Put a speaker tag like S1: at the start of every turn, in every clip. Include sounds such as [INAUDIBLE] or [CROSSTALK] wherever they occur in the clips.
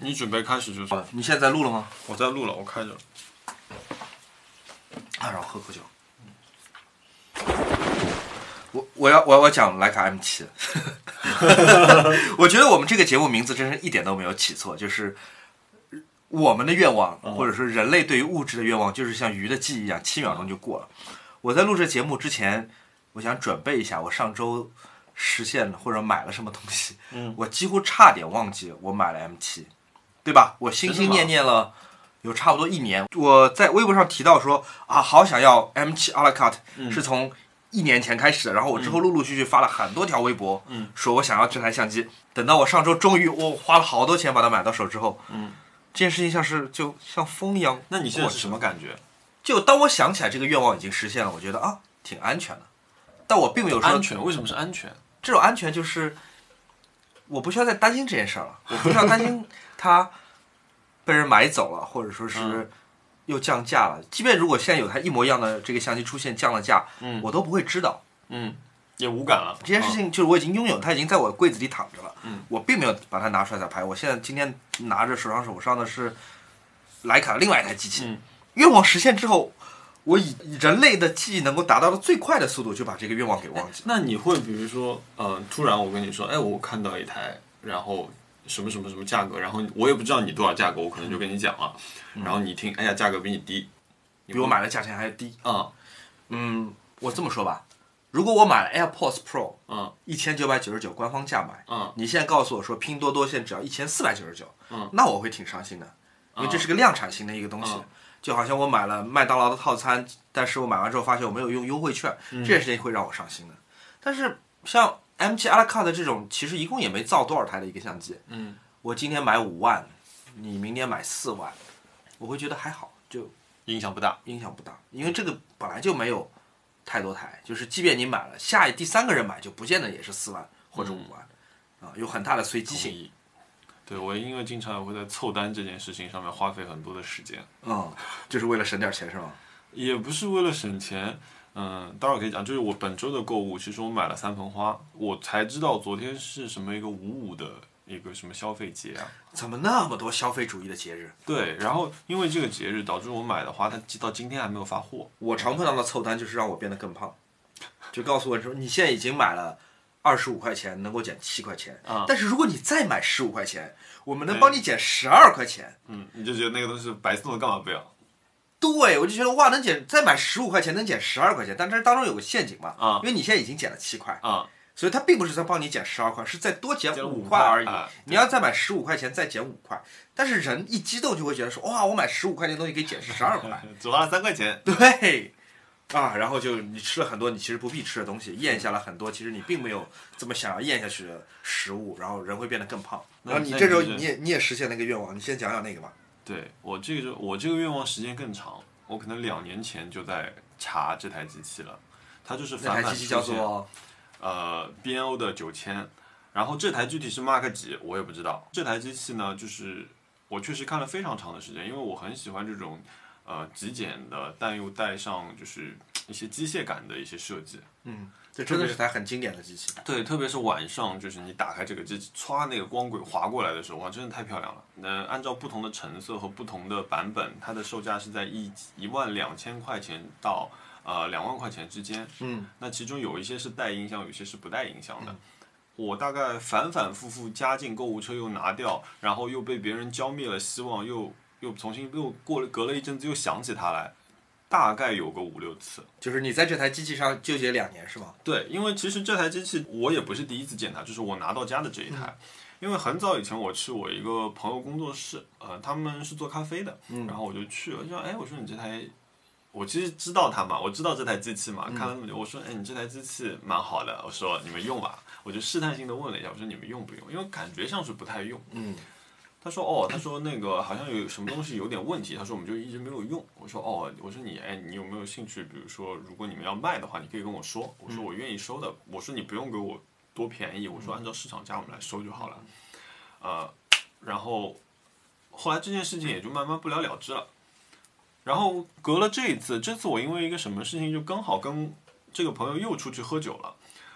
S1: 你准备开始就是
S2: 好的，你现在在录了吗？
S1: 我在录了，我开着。
S2: 啊，然后喝口酒。我我要我要我要讲徕卡 M 七， [LAUGHS] 我觉得我们这个节目名字真是一点都没有起错，就是我们的愿望，或者说人类对于物质的愿望，就是像鱼的记忆一样，七秒钟就过了。我在录这节目之前，我想准备一下，我上周实现了或者买了什么东西，
S1: 嗯，
S2: 我几乎差点忘记我买了 M 七，对吧？我心心念念了有差不多一年。我在微博上提到说啊，好想要 M 七 a la carte，、是
S1: 嗯
S2: 从一年前开始的。然后我之后陆陆续续发了很多条微博，
S1: 嗯，
S2: 说我想要这台相机。等到我上周终于我花了好多钱把它买到手之后，
S1: 嗯，
S2: 这件事情像是就像风一样。
S1: 那你现在是什么感觉？
S2: 就当我想起来这个愿望已经实现了，我觉得啊挺安全的，但我并没有说
S1: 安全？为什么是安全？
S2: 这种安全就是我不需要再担心这件事儿了，我不需要担心它被人买走了，或者说是
S1: 嗯
S2: 又降价了。即便如果现在有台一模一样的这个相机出现降了价，
S1: 嗯
S2: 我都不会知道
S1: 嗯，也无感了。
S2: 这件事情，就是我已经拥有，它已经在我的柜子里躺着了，
S1: 嗯
S2: 我并没有把它拿出来再拍。我现在今天拿着手上手上的是徕卡的另外一台机器，
S1: 嗯
S2: 愿望实现之后。我以以人类的记忆能够达到的最快的速度，就把这个愿望给忘记。
S1: 啊那你会比如说，呃，突然我跟你说，哎，我看到一台，然后什么什么什么价格，然后我也不知道你多少价格，我可能就跟你讲了，然后你一听，哎呀，价格比你低，
S2: 比我买的价钱还低，
S1: 啊
S2: 嗯，我这么说吧，如果我买了 AirPods Pro
S1: 啊
S2: 一千九百九十九官方价买，
S1: 啊
S2: 你现在告诉我说拼多多现在只要一千四百九十九，
S1: 嗯
S2: 那我会挺伤心的，因为这是个量产型的一个东西，
S1: 嗯
S2: 就好像我买了麦当劳的套餐，但是我买完之后发现我没有用优惠券，
S1: 嗯
S2: 这件事情会让我伤心的。但是像 M7 a l a c a r t 这种，其实一共也没造多少台的一个相机，
S1: 嗯
S2: 我今天买五万，你明天买四万，我会觉得还好，就
S1: 影响不大。
S2: 影响不大，因为这个本来就没有太多台，就是即便你买了，下一第三个人买就不见得也是四万或者五万，
S1: 嗯
S2: 啊，有很大的随机性。
S1: 议。对我因为经常也会在凑单这件事情上面花费很多的时间，
S2: 嗯，就是为了省点钱是吗？
S1: 也不是为了省钱。嗯，待会儿可以讲，就是我本周的购物，其实我买了三盆花，我才知道昨天是什么一个五五的一个什么消费节啊。
S2: 怎么那么多消费主义的节日？
S1: 对，然后因为这个节日导致我买的花，它到今天还没有发货。
S2: 我常碰到的凑单就是让我变得更胖，就告诉我说你现在已经买了二十五块钱，能够减七块钱，
S1: 啊
S2: 但是如果你再买十五块钱，我们能帮你减十二块钱。
S1: 嗯，你就觉得那个东西白送的，干嘛不要？
S2: 对，我就觉得哇，能减再买十五块钱，能减十二块钱，但这当中有个陷阱嘛，
S1: 啊
S2: 因为你现在已经减了七块，
S1: 啊，
S2: 所以它并不是在帮你减十二块，是再多减
S1: 减
S2: 五
S1: 5
S2: 块而已
S1: 啊。
S2: 你要再买十五块钱，再减五块。但是人一激动就会觉得说，哇，我买十五块钱的东西可以减十
S1: [LAUGHS]
S2: 二块。
S1: 只花了三块钱。
S2: 对，啊，然后就你吃了很多你其实不必吃的东西，咽下了很多其实你并没有这么想要咽下去的食物，然后人会变得更胖。
S1: 那
S2: 然后你
S1: 那
S2: 这时候
S1: 你就是
S2: 你也你也实现了一个愿望，你先讲讲那个吧。
S1: 对我这个就我这个愿望时间更长，我可能两年前就在查这台机器了，它就是
S2: 那
S1: 反
S2: 台
S1: 反
S2: 机器叫
S1: 出现
S2: 做
S1: 呃 BNO 的九千，然后这台具体是 Mark 几我也不知道。这台机器呢，就是我确实看了非常长的时间，因为我很喜欢这种呃极简的，但又带上就是一些机械感的一些设计。
S2: 嗯，这真的是台很经典的机器。
S1: 对，特别是晚上，就是你打开这个机器，歘，那个光轨划过来的时候，哇，真的太漂亮了。那按照不同的成色和不同的版本，它的售价是在一一万两千块钱到呃两万块钱之间。
S2: 嗯，
S1: 那其中有一些是带音箱，有一些是不带音箱的。我大概反反复复加进购物车，又拿掉，然后又被别人浇灭了希望，又又重新又过了隔了一阵子又想起它来，大概有个五六次。
S2: 就是你在这台机器上纠结两年是吗？
S1: 对，因为其实这台机器我也不是第一次见它，就是我拿到家的这一台。因为很早以前我去我一个朋友工作室，呃，他们是做咖啡的，然后我就去了，就说，哎，我说你这台，我其实知道它嘛，我知道这台机器嘛，看了那么久，我说，哎，你这台机器蛮好的，我说你们用吧，我就试探性的问了一下，我说你们用不用？因为感觉像是不太用。
S2: 嗯，
S1: 他说哦，他说那个好像有什么东西有点问题，他说我们就一直没有用。我说哦，我说你哎，你有没有兴趣？比如说，如果你们要卖的话，你可以跟我说。我说我愿意收的。我说你不用给我多便宜，我说按照市场价我们来收就好了。呃，然后后来这件事情也就慢慢不了了之了。然后隔了这一次，这次我因为一个什么事情就刚好跟这个朋友又出去喝酒了。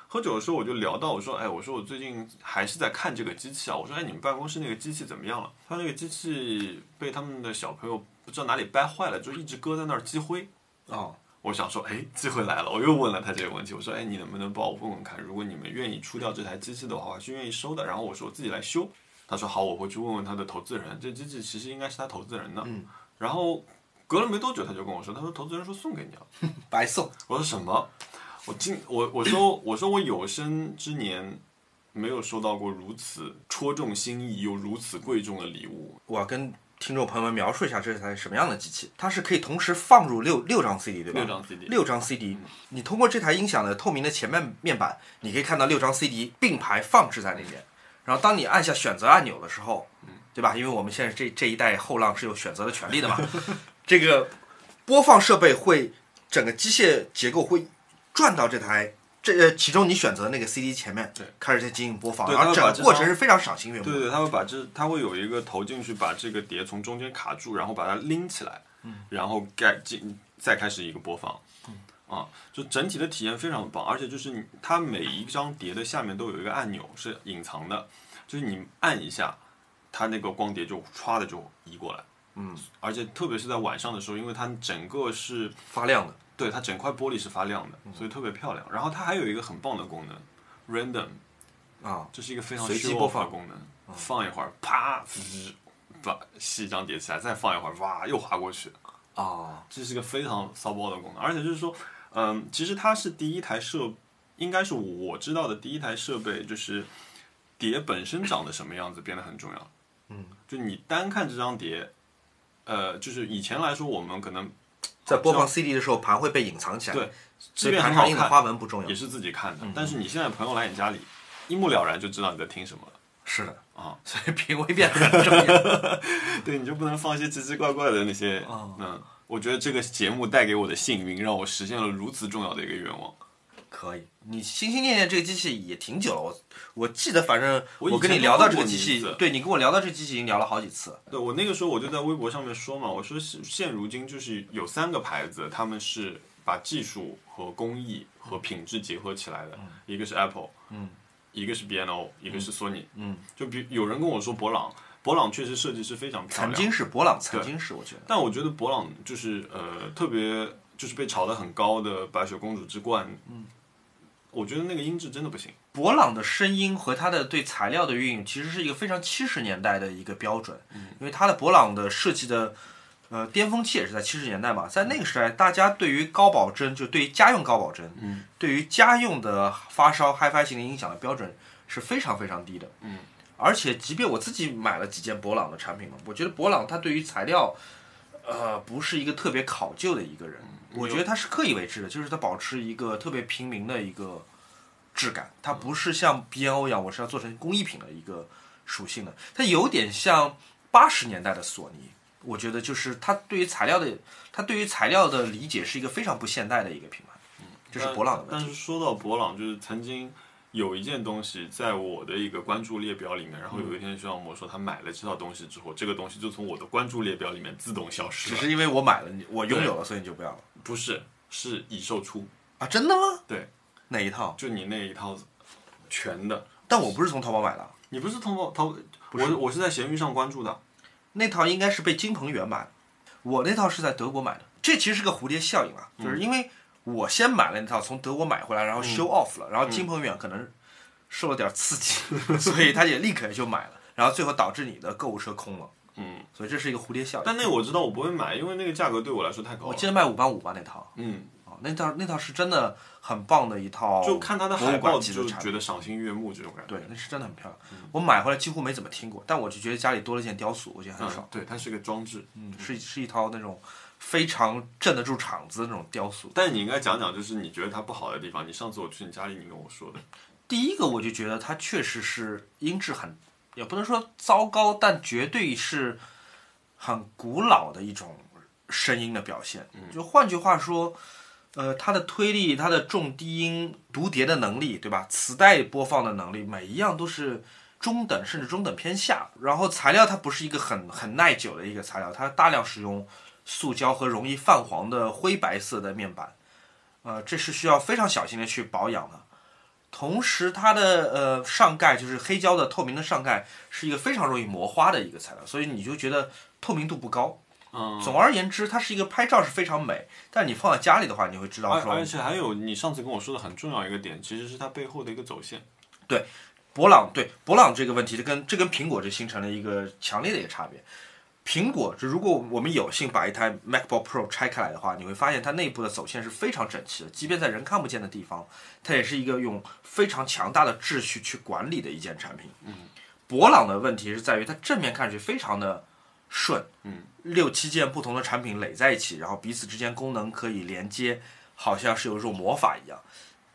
S1: 喝酒的时候我就聊到，我说，哎，我说我最近还是在看这个机器啊，我说，哎，你们办公室那个机器怎么样了？他那个机器被他们的小朋友不知道哪里掰坏了，就一直搁在那儿积灰。
S2: 哦，
S1: 我想说，哎，机会来了，我又问了他这个问题，我说，哎，你能不能帮我问问看，如果你们愿意出掉这台机器的话，我还是愿意收的。然后我说我自己来修，他说好，我回去问问他的投资人，这机器其实应该是他投资人的。
S2: 嗯，
S1: 然后隔了没多久，他就跟我说，他说投资人说送给你了。
S2: 白送，
S1: 我说什么？我今我我说我说我有生之年没有收到过如此戳中心意又如此贵重的礼物。
S2: 我要跟听众朋友们描述一下这是台什么样的机器。它是可以同时放入六六张 CD 对吧？
S1: 六张 CD
S2: 六张 CD，你通过这台音响的透明的前面面板，你可以看到六张 CD 并排放置在那边。然后当你按下选择按钮的时候，
S1: 嗯
S2: 对吧？因为我们现在这这一代后浪是有选择的权利的嘛， [LAUGHS] 这个播放设备会整个机械结构会转到这台。这呃其中你选择那个 CD 前面，
S1: 对，
S2: 开始在进行播放，
S1: 对
S2: 然后
S1: 它会
S2: 整
S1: 把
S2: 个
S1: 这
S2: 过
S1: 张
S2: 程是非常赏心悦目的。
S1: 对对，他会把这，他会有一个投进去，把这个碟从中间卡住，然后把它拎起来，然后盖进，再开始一个播放。啊，就整体的体验非常棒，而且就是你，它每一张碟的下面都有一个按钮是隐藏的，就是你按一下，它那个光碟就歘的就移过来。
S2: 嗯，
S1: 而且特别是在晚上的时候，因为它整个是
S2: 发亮的。
S1: 对它整块玻璃是发亮的，
S2: 嗯
S1: 所以特别漂亮。然后它还有一个很棒的功能，random，
S2: 啊，
S1: 这是一个非常
S2: 随机
S1: show off
S2: 播放嗯
S1: 的功能，放一会儿，啪，滋把一张叠起来，再放一会儿，哇，又划过去，
S2: 哦，
S1: 这是一个非常骚包的功能。而且就是说，嗯，其实它是第一台设，应该是我知道的第一台设备，就是碟本身长得什么样子变得很重要。
S2: 嗯，
S1: 就你单看这张碟，呃，就是以前来说，我们可能
S2: 在播放 CD 的时候，盘会被隐藏起来，
S1: 对，
S2: 所
S1: 这
S2: 以
S1: 边
S2: 盘
S1: 很好
S2: 上印的
S1: 看，
S2: 花纹不重要
S1: 也。是自己看的。但是你现在朋友来你家里，一目了然就知道你在听什么了。
S2: 是的 [LAUGHS]
S1: 啊，
S2: 所以品味变得很重
S1: [LAUGHS]
S2: 要。
S1: 对你就不能放一些奇奇怪怪的那些。嗯，我觉得这个节目带给我的幸运，让我实现了如此重要的一个愿望。
S2: 可以，你心心念念这个机器也挺久了，我我记得，反正
S1: 我以前
S2: 跟你聊到这
S1: 都
S2: 个机
S1: 问过
S2: 器
S1: 你一，次
S2: 对你跟我聊到这个机器已经聊了好几次。
S1: 对我那个时候我就在微博上面说嘛，我说现现如今就是有三个牌子，他们是把技术和工艺和品质结合起来的，一个是 Apple，
S2: 嗯，
S1: 一个是 B&O，一个是索尼。
S2: 嗯，
S1: 就比有人跟我说博朗，博朗确实设计师非常漂
S2: 曾
S1: 亮，
S2: 经是博朗，曾经是我觉得
S1: 但我觉得博朗就是呃特别就是被炒得很高的《白雪公主之冠》，嗯，我觉得那个音质真的不行。
S2: 博朗的声音和它的对材料的运用，其实是一个非常七十年代的一个标准，因为它的博朗的设计的。呃，巅峰期也是在七十年代嘛，在那个时代，大家对于高保真，就对于家用高保真，
S1: 嗯，
S2: 对于家用的发烧 HiFi 型的音响的标准是非常非常低的。
S1: 嗯，
S2: 而且即便我自己买了几件博朗的产品嘛，我觉得博朗它对于材料，呃，不是一个特别考究的一个人。我觉得他是刻意为之的，就是他保持一个特别平民的一个质感，它不是像 B N O 一样，我是要做成工艺品的一个属性的，它有点像八十年代的索尼。我觉得就是它对于材料的，它对于材料的理解是一个非常不现代的一个品牌，这是博朗的问题。
S1: 但是说到博朗，就是曾经有一件东西在我的一个关注列表里面，然后有一天徐小魔说他买了这套东西之后，这个东西就从我的关注列表里面自动消失
S2: 只
S1: 了。
S2: 是因为我买了，你我拥有了，所以你就不要了
S1: 不是，是已售出，
S2: 啊？真的吗？
S1: 对，
S2: 哪一套？
S1: 就你那一套全的。
S2: 但我不是从淘宝买的，
S1: 你不是通过淘，我我是在闲鱼上关注的。
S2: 那套应该是被金鹏远买的，我那套是在德国买的。这其实是个蝴蝶效应啊，
S1: 嗯
S2: 就是因为我先买了那套，从德国买回来，然后 show off 了，然后
S1: 嗯
S2: 金鹏远可能受了点刺激， [LAUGHS] 所以他也立刻就买了，然后最后导致你的购物车空了，
S1: 嗯，
S2: 所以这是一个蝴蝶效应。
S1: 但那个我知道我不会买，因为那个价格对我来说太高
S2: 我
S1: 了。
S2: 记得卖五八五吧那套，
S1: 嗯，
S2: 哦，那套那套是真的很棒的一套，
S1: 就看它的海
S2: 博物
S1: 报
S2: 馆级的
S1: 就
S2: 产品
S1: 觉得赏心悦目这种感觉。
S2: 对，那是真的很漂亮。我买回来几乎没怎么听过，但我就觉得家里多了一件雕塑，我觉得很爽
S1: 嗯，。对，它是个装置。
S2: 嗯，是是一套那种非常镇得住场子的那种雕塑。
S1: 但你应该讲讲，就是你觉得它不好的地方。你上次我去你家里，你跟我说的，
S2: 第一个我就觉得它确实是音质很，也不能说糟糕，但绝对是很古老的一种声音的表现。就换句话说，呃，它的推力、它的重低音读碟的能力，对吧？磁带播放的能力，每一样都是中等甚至中等偏下。然后材料它不是一个很很耐久的一个材料，它大量使用塑胶和容易泛黄的灰白色的面板，呃，这是需要非常小心的去保养的。同时，它的呃上盖就是黑胶的透明的上盖，是一个非常容易磨花的一个材料，所以你就觉得透明度不高。
S1: 嗯，
S2: 总而言之，它是一个拍照是非常美，但你放在家里的话，你会知道
S1: 而
S2: 说
S1: 而且还有你上次跟我说的很重要一个点，其实是它背后的一个走线。
S2: 博朗对博朗这个问题，这跟这跟苹果就形成了一个强烈的一个差别。苹果，就如果我们有幸把一台 MacBook Pro 拆开来的话，你会发现它内部的走线是非常整齐的，即便在人看不见的地方，它也是一个用非常强大的秩序去管理的一件产品。嗯，博朗的问题是在于它正面看上去非常的顺，
S1: 嗯，
S2: 六七件不同的产品垒在一起，然后彼此之间功能可以连接，好像是有一种魔法一样。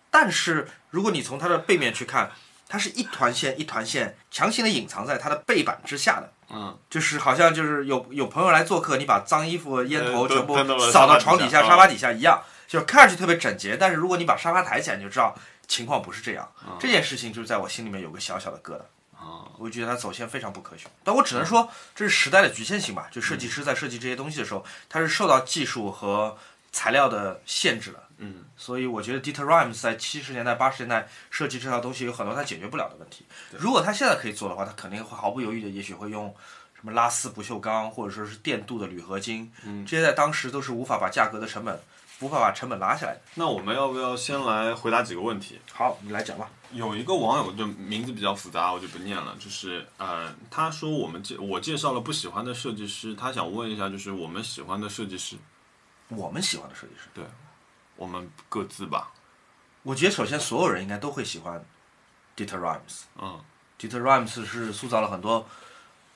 S2: 但是如果你从它的背面去看，它是一团线一团线强行的隐藏在它的背板之下的。
S1: 嗯，
S2: 就是好像就是有有朋友来做客，你把脏衣服、烟头
S1: 呃都
S2: 全部
S1: 都弄到
S2: 扫到
S1: 沙发
S2: 床
S1: 底
S2: 底
S1: 下
S2: 下、
S1: 啊
S2: 沙发底下一样，就看上去特别整洁。但是如果你把沙发抬起来，你就知道情况不是这样。
S1: 嗯
S2: 这件事情就是在我心里面有个小小的疙瘩。
S1: 啊，
S2: 我觉得它走线非常不科学，但我只能说这是时代的局限性吧。就设计师在设计这些东西的时候，他是受到技术和材料的限制的。
S1: 嗯，
S2: 所以我觉得 Dieter Rams 在七十年代、八十年代设计这套东西有很多他解决不了的问题。如果他现在可以做的话，他肯定会毫不犹豫的，也许会用什么拉丝不锈钢，或者说是电镀的铝合金，这些在当时都是无法把价格的成本、无法把成本拉下来的。
S1: 那我们要不要先来回答几个问题？
S2: 好，你来讲吧。
S1: 有一个网友的名字比较复杂，我就不念了。就是呃，他说我们介我介绍了不喜欢的设计师，他想问一下，就是我们喜欢的设计师，
S2: 我们喜欢的设计师，
S1: 我们各自吧。
S2: 我觉得首先所有人应该都会喜欢 Dieter Rams。
S1: 嗯
S2: Dieter Rams 是塑造了很多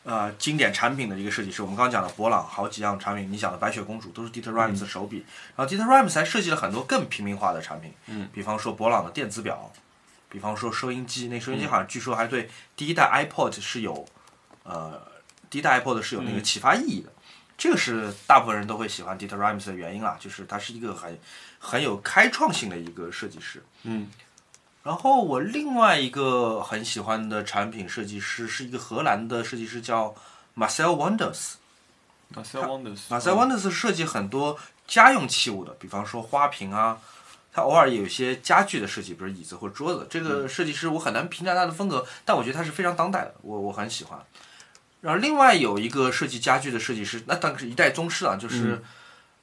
S2: 呃经典产品的一个设计师。我们刚刚讲的博朗好几样产品，你讲的白雪公主都是 Dieter Rams 的手笔。然后 Dieter Rams 还设计了很多更平民化的产品，
S1: 嗯，
S2: 比方说博朗的电子表，比方说收音机，那收音机好像据说还对第一代 iPod 是有呃第一代 iPod 是有那个启发意义的。这个是大部分人都会喜欢 Dieter Rams 的原因啦，就是他是一个很很有开创性的一个设计师。
S1: 嗯
S2: 然后我另外一个很喜欢的产品设计师是一个荷兰的设计师，叫 Marcel Wonders。
S1: ，Marcel Wonders。
S2: Marcel Wonders 设计很多家用器物的，比方说花瓶啊，他偶尔也有一些家具的设计，比如椅子或桌子。这个设计师我很难评价他的风格，但我觉得他是非常当代的，我我很喜欢。然后另外有一个设计家具的设计师，那当然是一代宗师了，就是、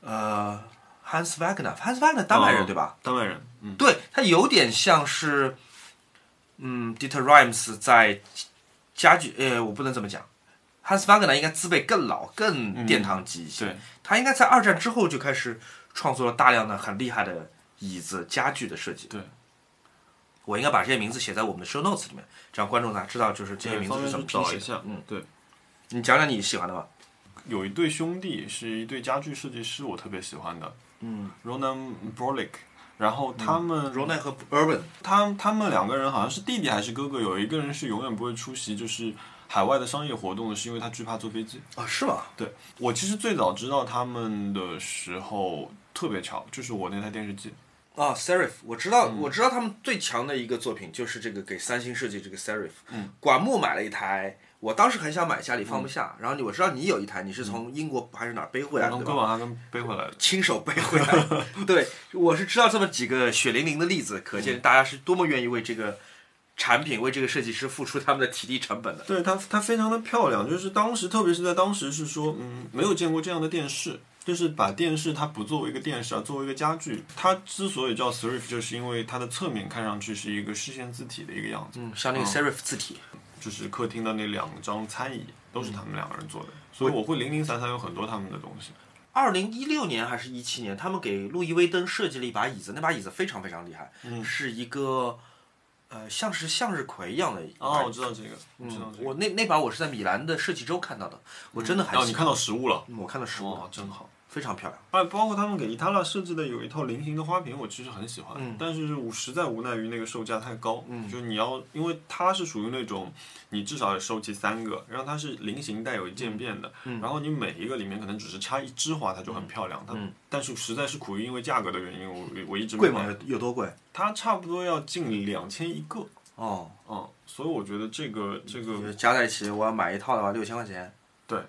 S2: 呃 Hans Wagner，Hans Wagner 丹麦人、
S1: 哦
S2: 对吧？
S1: 丹麦人。嗯
S2: 对，它有点像是，嗯，Dieter Rams 在家具，呃，我不能这么讲，Hans Wagner 应该资辈更老、更殿堂级一些。
S1: 对，
S2: 他应该在二战之后就开始创作了大量的很厉害的椅子、家具的设计。
S1: 对，
S2: 我应该把这些名字写在我们的 show notes 里面，这样观众才知道就是这些
S1: 对
S2: 名
S1: 方
S2: 字是
S1: 便
S2: 怎
S1: 去
S2: 么拼
S1: 找
S2: 写
S1: 一下
S2: 的。嗯，
S1: 对，
S2: 你讲讲你喜欢的吧。
S1: 有一对兄弟是一对家具设计师，我特别喜欢的。
S2: 嗯
S1: Ronan Brolic，然后他们、
S2: ，Ronan 嗯和 Urban
S1: 他他们两个人好像是弟弟还是哥哥，有一个人是永远不会出席就是海外的商业活动的，是因为他惧怕坐飞机。
S2: 啊、是吗？
S1: 对我其实最早知道他们的时候特别巧，就是我那台电视机。
S2: 啊、s e r i f 我知道，我知道他们最强的一个作品就是这个给三星设计这个 Serif。
S1: 嗯，
S2: 管木买了一台，我当时很想买，家里放不下。然后你我知道你有一台，你是从英国还是哪儿背回来
S1: 我
S2: 的，
S1: 从
S2: 对
S1: 哥
S2: 吧？
S1: 本哈根背回来的。
S2: 亲手背回来。对，我是知道这么几个血淋淋的例子，可见大家是多么愿意为这个产品、为这个设计师付出他们的体力成本的。
S1: 对它，它非常的漂亮，就是当时，特别是在当时是说，嗯，没有见过这样的电视，就是把电视它不作为一个电视啊，作为一个家具。它之所以叫 Serif，就是因为它的侧面看上去是一个视线字体的一个样子，
S2: 嗯，像那个 Serif 字体。
S1: 就是客厅的那两张餐椅都是他们两个人做的，所以我会零零散散有很多他们的东西。
S2: 二零一六年还是一七年，他们给路易威登设计了一把椅子，那把椅子非常非常厉害，
S1: 嗯
S2: 是一个呃像是向日葵一样的一把
S1: 哦，
S2: 椅
S1: 我
S2: 子。
S1: 知道这个，我知道这个。
S2: 我那那把我是在米兰的设计周看到的，我真的很
S1: 哦，
S2: 喜
S1: 你
S2: 欢。
S1: 看到实物了，
S2: 嗯我看到实物，
S1: 哇，真好。
S2: 非常漂亮。
S1: 啊，包括他们给伊塔拉设计的有一套菱形的花瓶，我其实很喜欢，
S2: 嗯
S1: 但是我实在无奈于那个售价太高，就是你要，因为它是属于那种你至少要收集三个，然后它是菱形带有渐变的，
S2: 嗯
S1: 然后你每一个里面可能只是插一枝花，它就很漂亮，它、但是实在是苦于因为价格的原因，我我一直没
S2: 嗯贵
S1: 买
S2: 吗？有有多贵？
S1: 它差不多要近两千一个，
S2: 哦，
S1: 嗯，所以我觉得这个这个
S2: 就是加在一起，我要买一套的话，六千块钱。呃
S1: 对，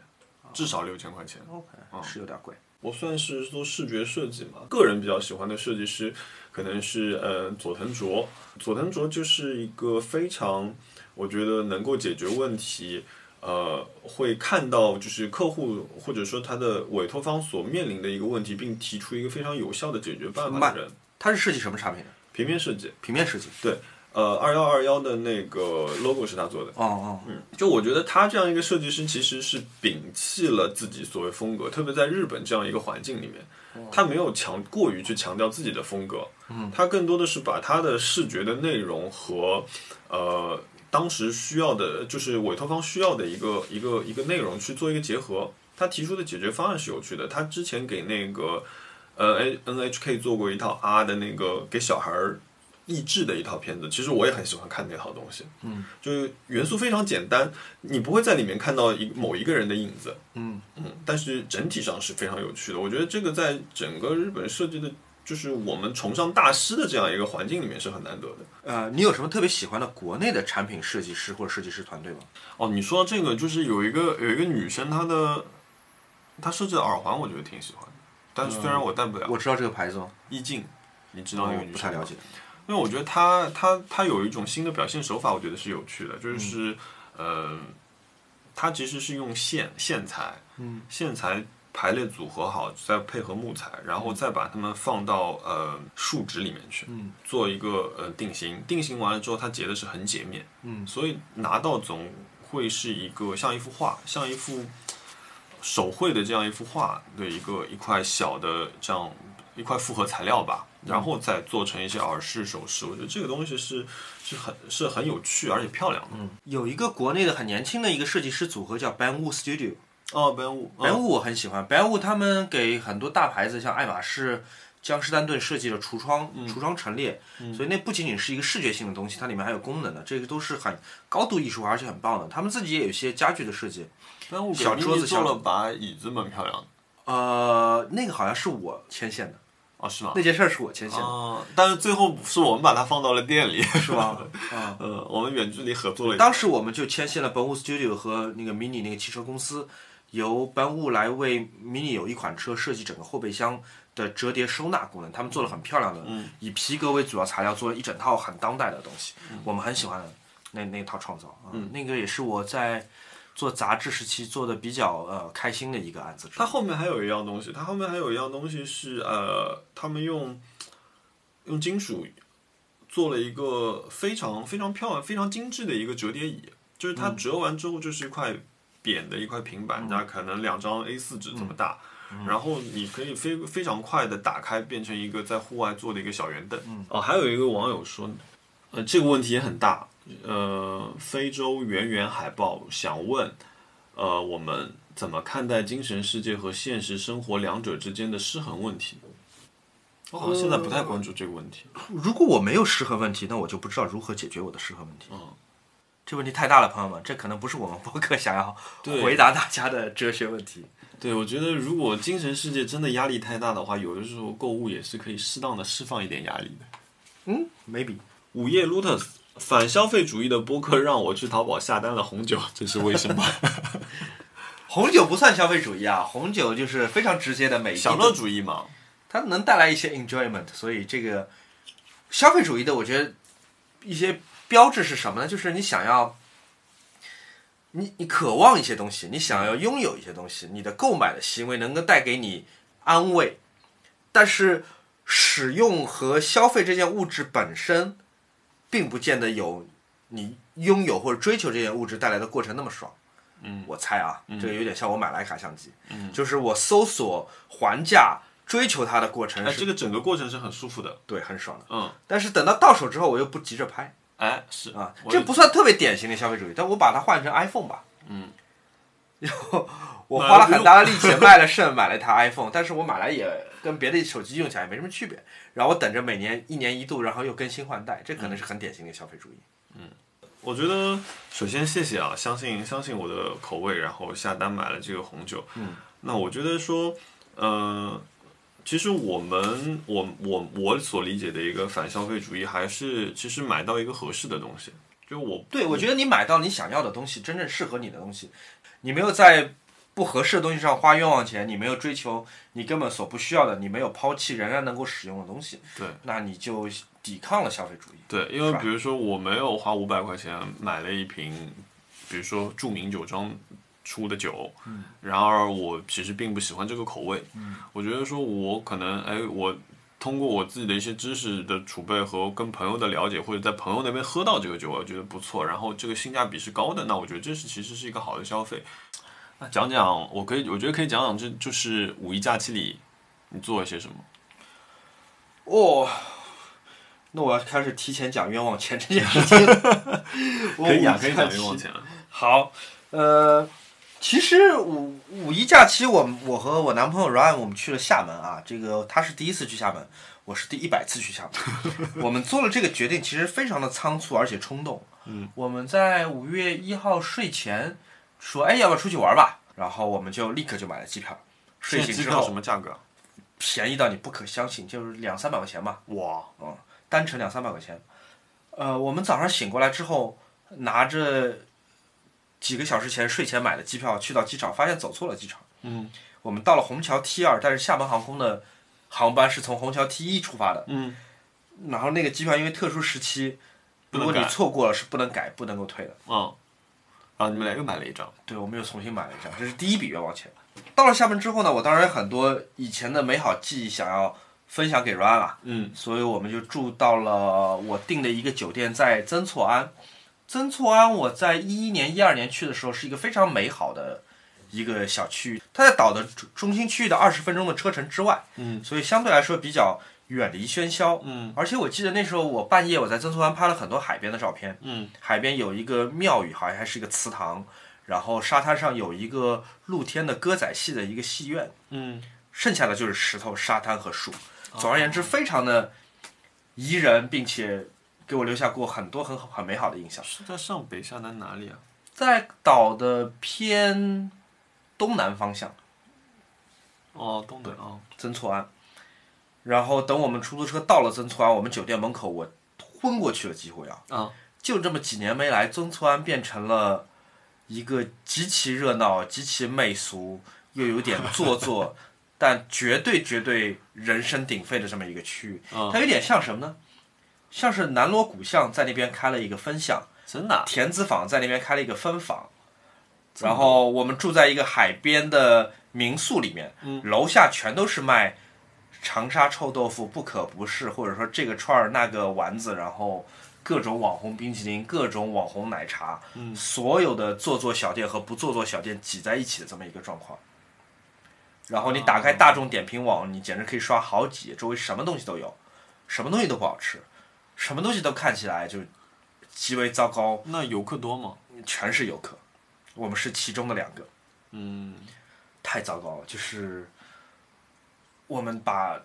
S1: 至少六千块钱。
S2: OK，是有点贵。
S1: 我算是做视觉设计嘛，个人比较喜欢的设计师可能是呃佐藤卓。佐藤卓就是一个非常，我觉得能够解决问题，呃，会看到就是客户或者说他的委托方所面临的一个问题，并提出一个非常有效的解决办法的人。
S2: 他是设计什么产品的？
S1: 平面设计，
S2: 平面设计。
S1: 对，呃，二幺二幺的那个 logo 是他做的。
S2: 哦哦，
S1: 嗯，就我觉得他这样一个设计师其实是摒弃了自己所谓风格，特别在日本这样一个环境里面，他没有强过于去强调自己的风格，嗯，他更多的是把他的视觉的内容和呃当时需要的，就是委托方需要的一个一个一个内容去做一个结合。他提出的解决方案是有趣的，他之前给那个呃 N N H K 做过一套 R 的那个给小孩儿益智的一套片子，其实我也很喜欢看那套东西。嗯，就是元素非常简单，你不会在里面看到一某一个人的影子。
S2: 嗯
S1: 嗯，但是整体上是非常有趣的。我觉得这个在整个日本设计的，就是我们崇尚大师的这样一个环境里面是很难得的。
S2: 呃，你有什么特别喜欢的国内的产品设计师或者设计师团队吗？
S1: 哦，你说这个就是有一个有一个女生，她的她设计的耳环，我觉得挺喜欢的，但是虽然我戴不了。
S2: 我知道这个牌子吗？
S1: 意境，你啊知道那个
S2: 我
S1: 女
S2: 不
S1: 生
S2: 太
S1: 吗
S2: 了解。
S1: 因为我觉得他他他有一种新的表现手法，我觉得是有趣的，
S2: 嗯
S1: 就是、呃，他其实是用线线材，
S2: 嗯，
S1: 线材排列组合好，再配合木材，然后再把它们放到呃树脂里面去，
S2: 嗯，
S1: 做一个呃定型，定型完了之后，它结的是横截面，
S2: 嗯，
S1: 所以拿到总会是一个像一幅画，像一幅手绘的这样一幅画的一个一块小的这样一块复合材料吧，
S2: 嗯
S1: 然后再做成一些耳饰、首饰。我觉得这个东西是是很是很有趣而且漂亮的。
S2: 有一个国内的很年轻的一个设计师组合叫 Banwu Studio，
S1: 哦，白雾，
S2: 白
S1: 嗯
S2: 雾我很喜欢，白雾他们给很多大牌子，像爱马仕、江诗丹顿设计了橱窗、
S1: 嗯
S2: 橱窗陈列，所以那不仅仅是一个视觉性的东西，它里面还有功能的，这个都是很高度艺术化而且很棒的。他们自己也有一些家具的设计，
S1: 白雾
S2: 小桌子
S1: 做
S2: 小
S1: 了把椅子蛮漂亮的。
S2: 呃，那个好像是我牵线的，
S1: 哦，是吗？
S2: 那件事儿是我牵线的，
S1: 哦，但是最后是我们把它放到了店里，
S2: 是吧？啊、
S1: [LAUGHS] 呃，我们远距离合作了一。
S2: 当时我们就牵线了 b a n w Studio 和那个 Mini 那个汽车公司，由 b a n w 来为 Mini 有一款车设计整个后备箱的折叠收纳功能，他们做了很漂亮的，以皮革为主要材料做了一整套很当代的东西，我们很喜欢那那套创造啊，那个也是我在做杂志时期做的比较呃开心的一个案子之一。
S1: 它后面还有一样东西，它后面还有一样东西是呃，他们用用金属做了一个非常非常漂亮、非常精致的一个折叠椅，就是
S2: 嗯
S1: 它折完之后就是一块扁的一块平板，那、可能两张 A 4纸这么大。然后你可以非非常快的打开，变成一个在户外坐的一个小圆凳。哦，还有一个网友说，呃，这个问题也很大。呃，非洲圆圆海豹想问，呃，我们怎么看待精神世界和现实生活两者之间的失衡问题？我好像现在不太关注这个问题。
S2: 啊如果我没有失衡问题，那我就不知道如何解决我的失衡问题。
S1: 嗯，
S2: 这问题太大了，朋友们，这可能不是我们播客想要
S1: 对
S2: 回答大家的哲学问题。
S1: 对，我觉得如果精神世界真的压力太大的话，有的时候购物也是可以适当的释放一点压力的。
S2: 嗯，maybe。
S1: 午夜 Lotus 反消费主义的播客让我去淘宝下单了红酒，这是为什么？
S2: 红酒不算消费主义啊，红酒就是非常直接的
S1: [LAUGHS]
S2: 美
S1: 享乐主义 [LAUGHS] 嘛，
S2: 它能带来一些 enjoyment，所以这个消费主义的，我觉得一些标志是什么呢？就是你想要，你你渴望一些东西，你想要拥有一些东西，你的购买的行为能够带给你安慰，但是使用和消费这件物质本身，并不见得有你拥有或者追求这件物质带来的过程那么爽。
S1: 嗯，
S2: 我猜啊，这个有点像我买徕卡相机，嗯，就是我搜索、还价、追求它的过程
S1: 哎，
S2: 是
S1: 这个整个过程是很舒服的。
S2: 对，很爽的。
S1: 嗯，
S2: 但是等到到手之后，我又不急着拍
S1: 哎，是
S2: 啊，
S1: 我
S2: 这不算特别典型的消费主义，但我把它换成 iPhone 吧，嗯，然后我花了很大的力气卖了肾，买了一台 iPhone，但是我买来也跟别的手机用起来也没什么区别，然后我等着每年一年一度，然后又更新换代，这可能是很典型的消费主义。
S1: 我觉得首先谢谢啊，相信相信我的口味，然后下单买了这个红酒。
S2: 嗯，
S1: 那我觉得说，呃，其实我们我我我所理解的一个反消费主义，还是其实买到一个合适的东西。就我
S2: 嗯对，我觉得你买到你想要的东西，真正适合你的东西，你没有在不合适的东西上花冤枉钱，你没有追求你根本所不需要的，你没有抛弃仍然能够使用的东西，
S1: 对，
S2: 那你就抵抗了消费主义。
S1: 对，因为比如说我没有花五百块钱买了一瓶，比如说著名酒庄出的酒，然而我其实并不喜欢这个口味，我觉得说我可能哎我。通过我自己的一些知识的储备和跟朋友的了解，或者在朋友那边喝到这个酒，我觉得不错，然后这个性价比是高的，那我觉得这是其实是一个好的消费。那讲讲，我可以，我觉得可以讲讲这，就是五一假期里你做了些什么。
S2: 哦，那我要开始提前讲冤枉钱这件事
S1: [LAUGHS]
S2: 情。
S1: 可以啊，
S2: 我
S1: 可以讲冤枉钱了。
S2: 好，呃，其实五五一假期我，们我和我男朋友 Ryan 我们去了厦门啊，这个他是第一次去厦门，我是第一百次去
S1: [LAUGHS]
S2: 厦门。我们做了这个决定，其实非常的仓促而且冲动。嗯，我们在五月一号睡前说，哎，要不要出去玩吧？然后我们就立刻就买了机票，睡醒
S1: 知
S2: 之
S1: 道
S2: 后
S1: 什么价格啊？
S2: 便宜到你不可相信，就是两三百块钱吧。
S1: 哇，
S2: 嗯，单程两三百块钱。呃，我们早上醒过来之后，拿着几个小时前睡前买的机票去到机场，发现走错了机场。
S1: 嗯
S2: 我们到了虹桥 T 二，但是厦门航空的航班是从虹桥 T 一出发的，
S1: 嗯，
S2: 然后那个机票因为特殊时期，
S1: 不
S2: 如
S1: 能
S2: 果你
S1: 改
S2: 错过了是不能改、不能够退的。
S1: 嗯，然后你们俩又买了一张，
S2: 对，我们又重新买了一张，这是第一笔冤枉钱。到了厦门之后呢，我当然有很多以前的美好记忆想要分享给 Ryan 啊，
S1: 嗯，
S2: 所以我们就住到了我订的一个酒店，在曾厝垵。曾厝垵，我在一一年、一二年去的时候，是一个非常美好的一个小区域，它在岛的中中心区域的二十分钟的车程之外，
S1: 嗯，
S2: 所以相对来说比较远离喧嚣，
S1: 嗯，
S2: 而且我记得那时候我半夜我在曾厝垵拍了很多海边的照片，
S1: 嗯，
S2: 海边有一个庙宇，好像还是一个祠堂，然后沙滩上有一个露天的歌仔戏的一个戏院，
S1: 嗯，
S2: 剩下的就是石头、沙滩和树。总
S1: 哦
S2: 而言之，非常的宜人，并且给我留下过很多很好很美好的印象。
S1: 是在上北下南哪里啊？
S2: 在岛的偏东南方向，
S1: 哦，东北啊，
S2: 曾厝垵。然后等我们出租车到了曾厝垵，我们酒店门口，我昏过去了，几乎要。
S1: 啊，
S2: 就这么几年没来，曾厝垵变成了一个极其热闹、极其媚俗，又有点做作，但绝对绝对人声鼎沸的这么一个区域。
S1: 嗯，
S2: 它有点像什么呢？像是南锣鼓巷在那边开了一个分巷，
S1: 真的啊，
S2: 田子坊在那边开了一个分坊，然后我们住在一个海边的民宿里面，楼下全都是卖长沙臭豆腐、不可不是，或者说这个串儿那个丸子，然后各种网红冰淇淋、各种网红奶茶，
S1: 嗯
S2: 所有的做作小店和不做作小店挤在一起的这么一个状况。然后你打开大众点评网，你简直可以刷好几页，周围什么东西都有，什么东西都不好吃，什么东西都看起来就极为糟糕，
S1: 那游客多吗？
S2: 全是游客，我们是其中的两个，
S1: 嗯，
S2: 太糟糕了。就是我们把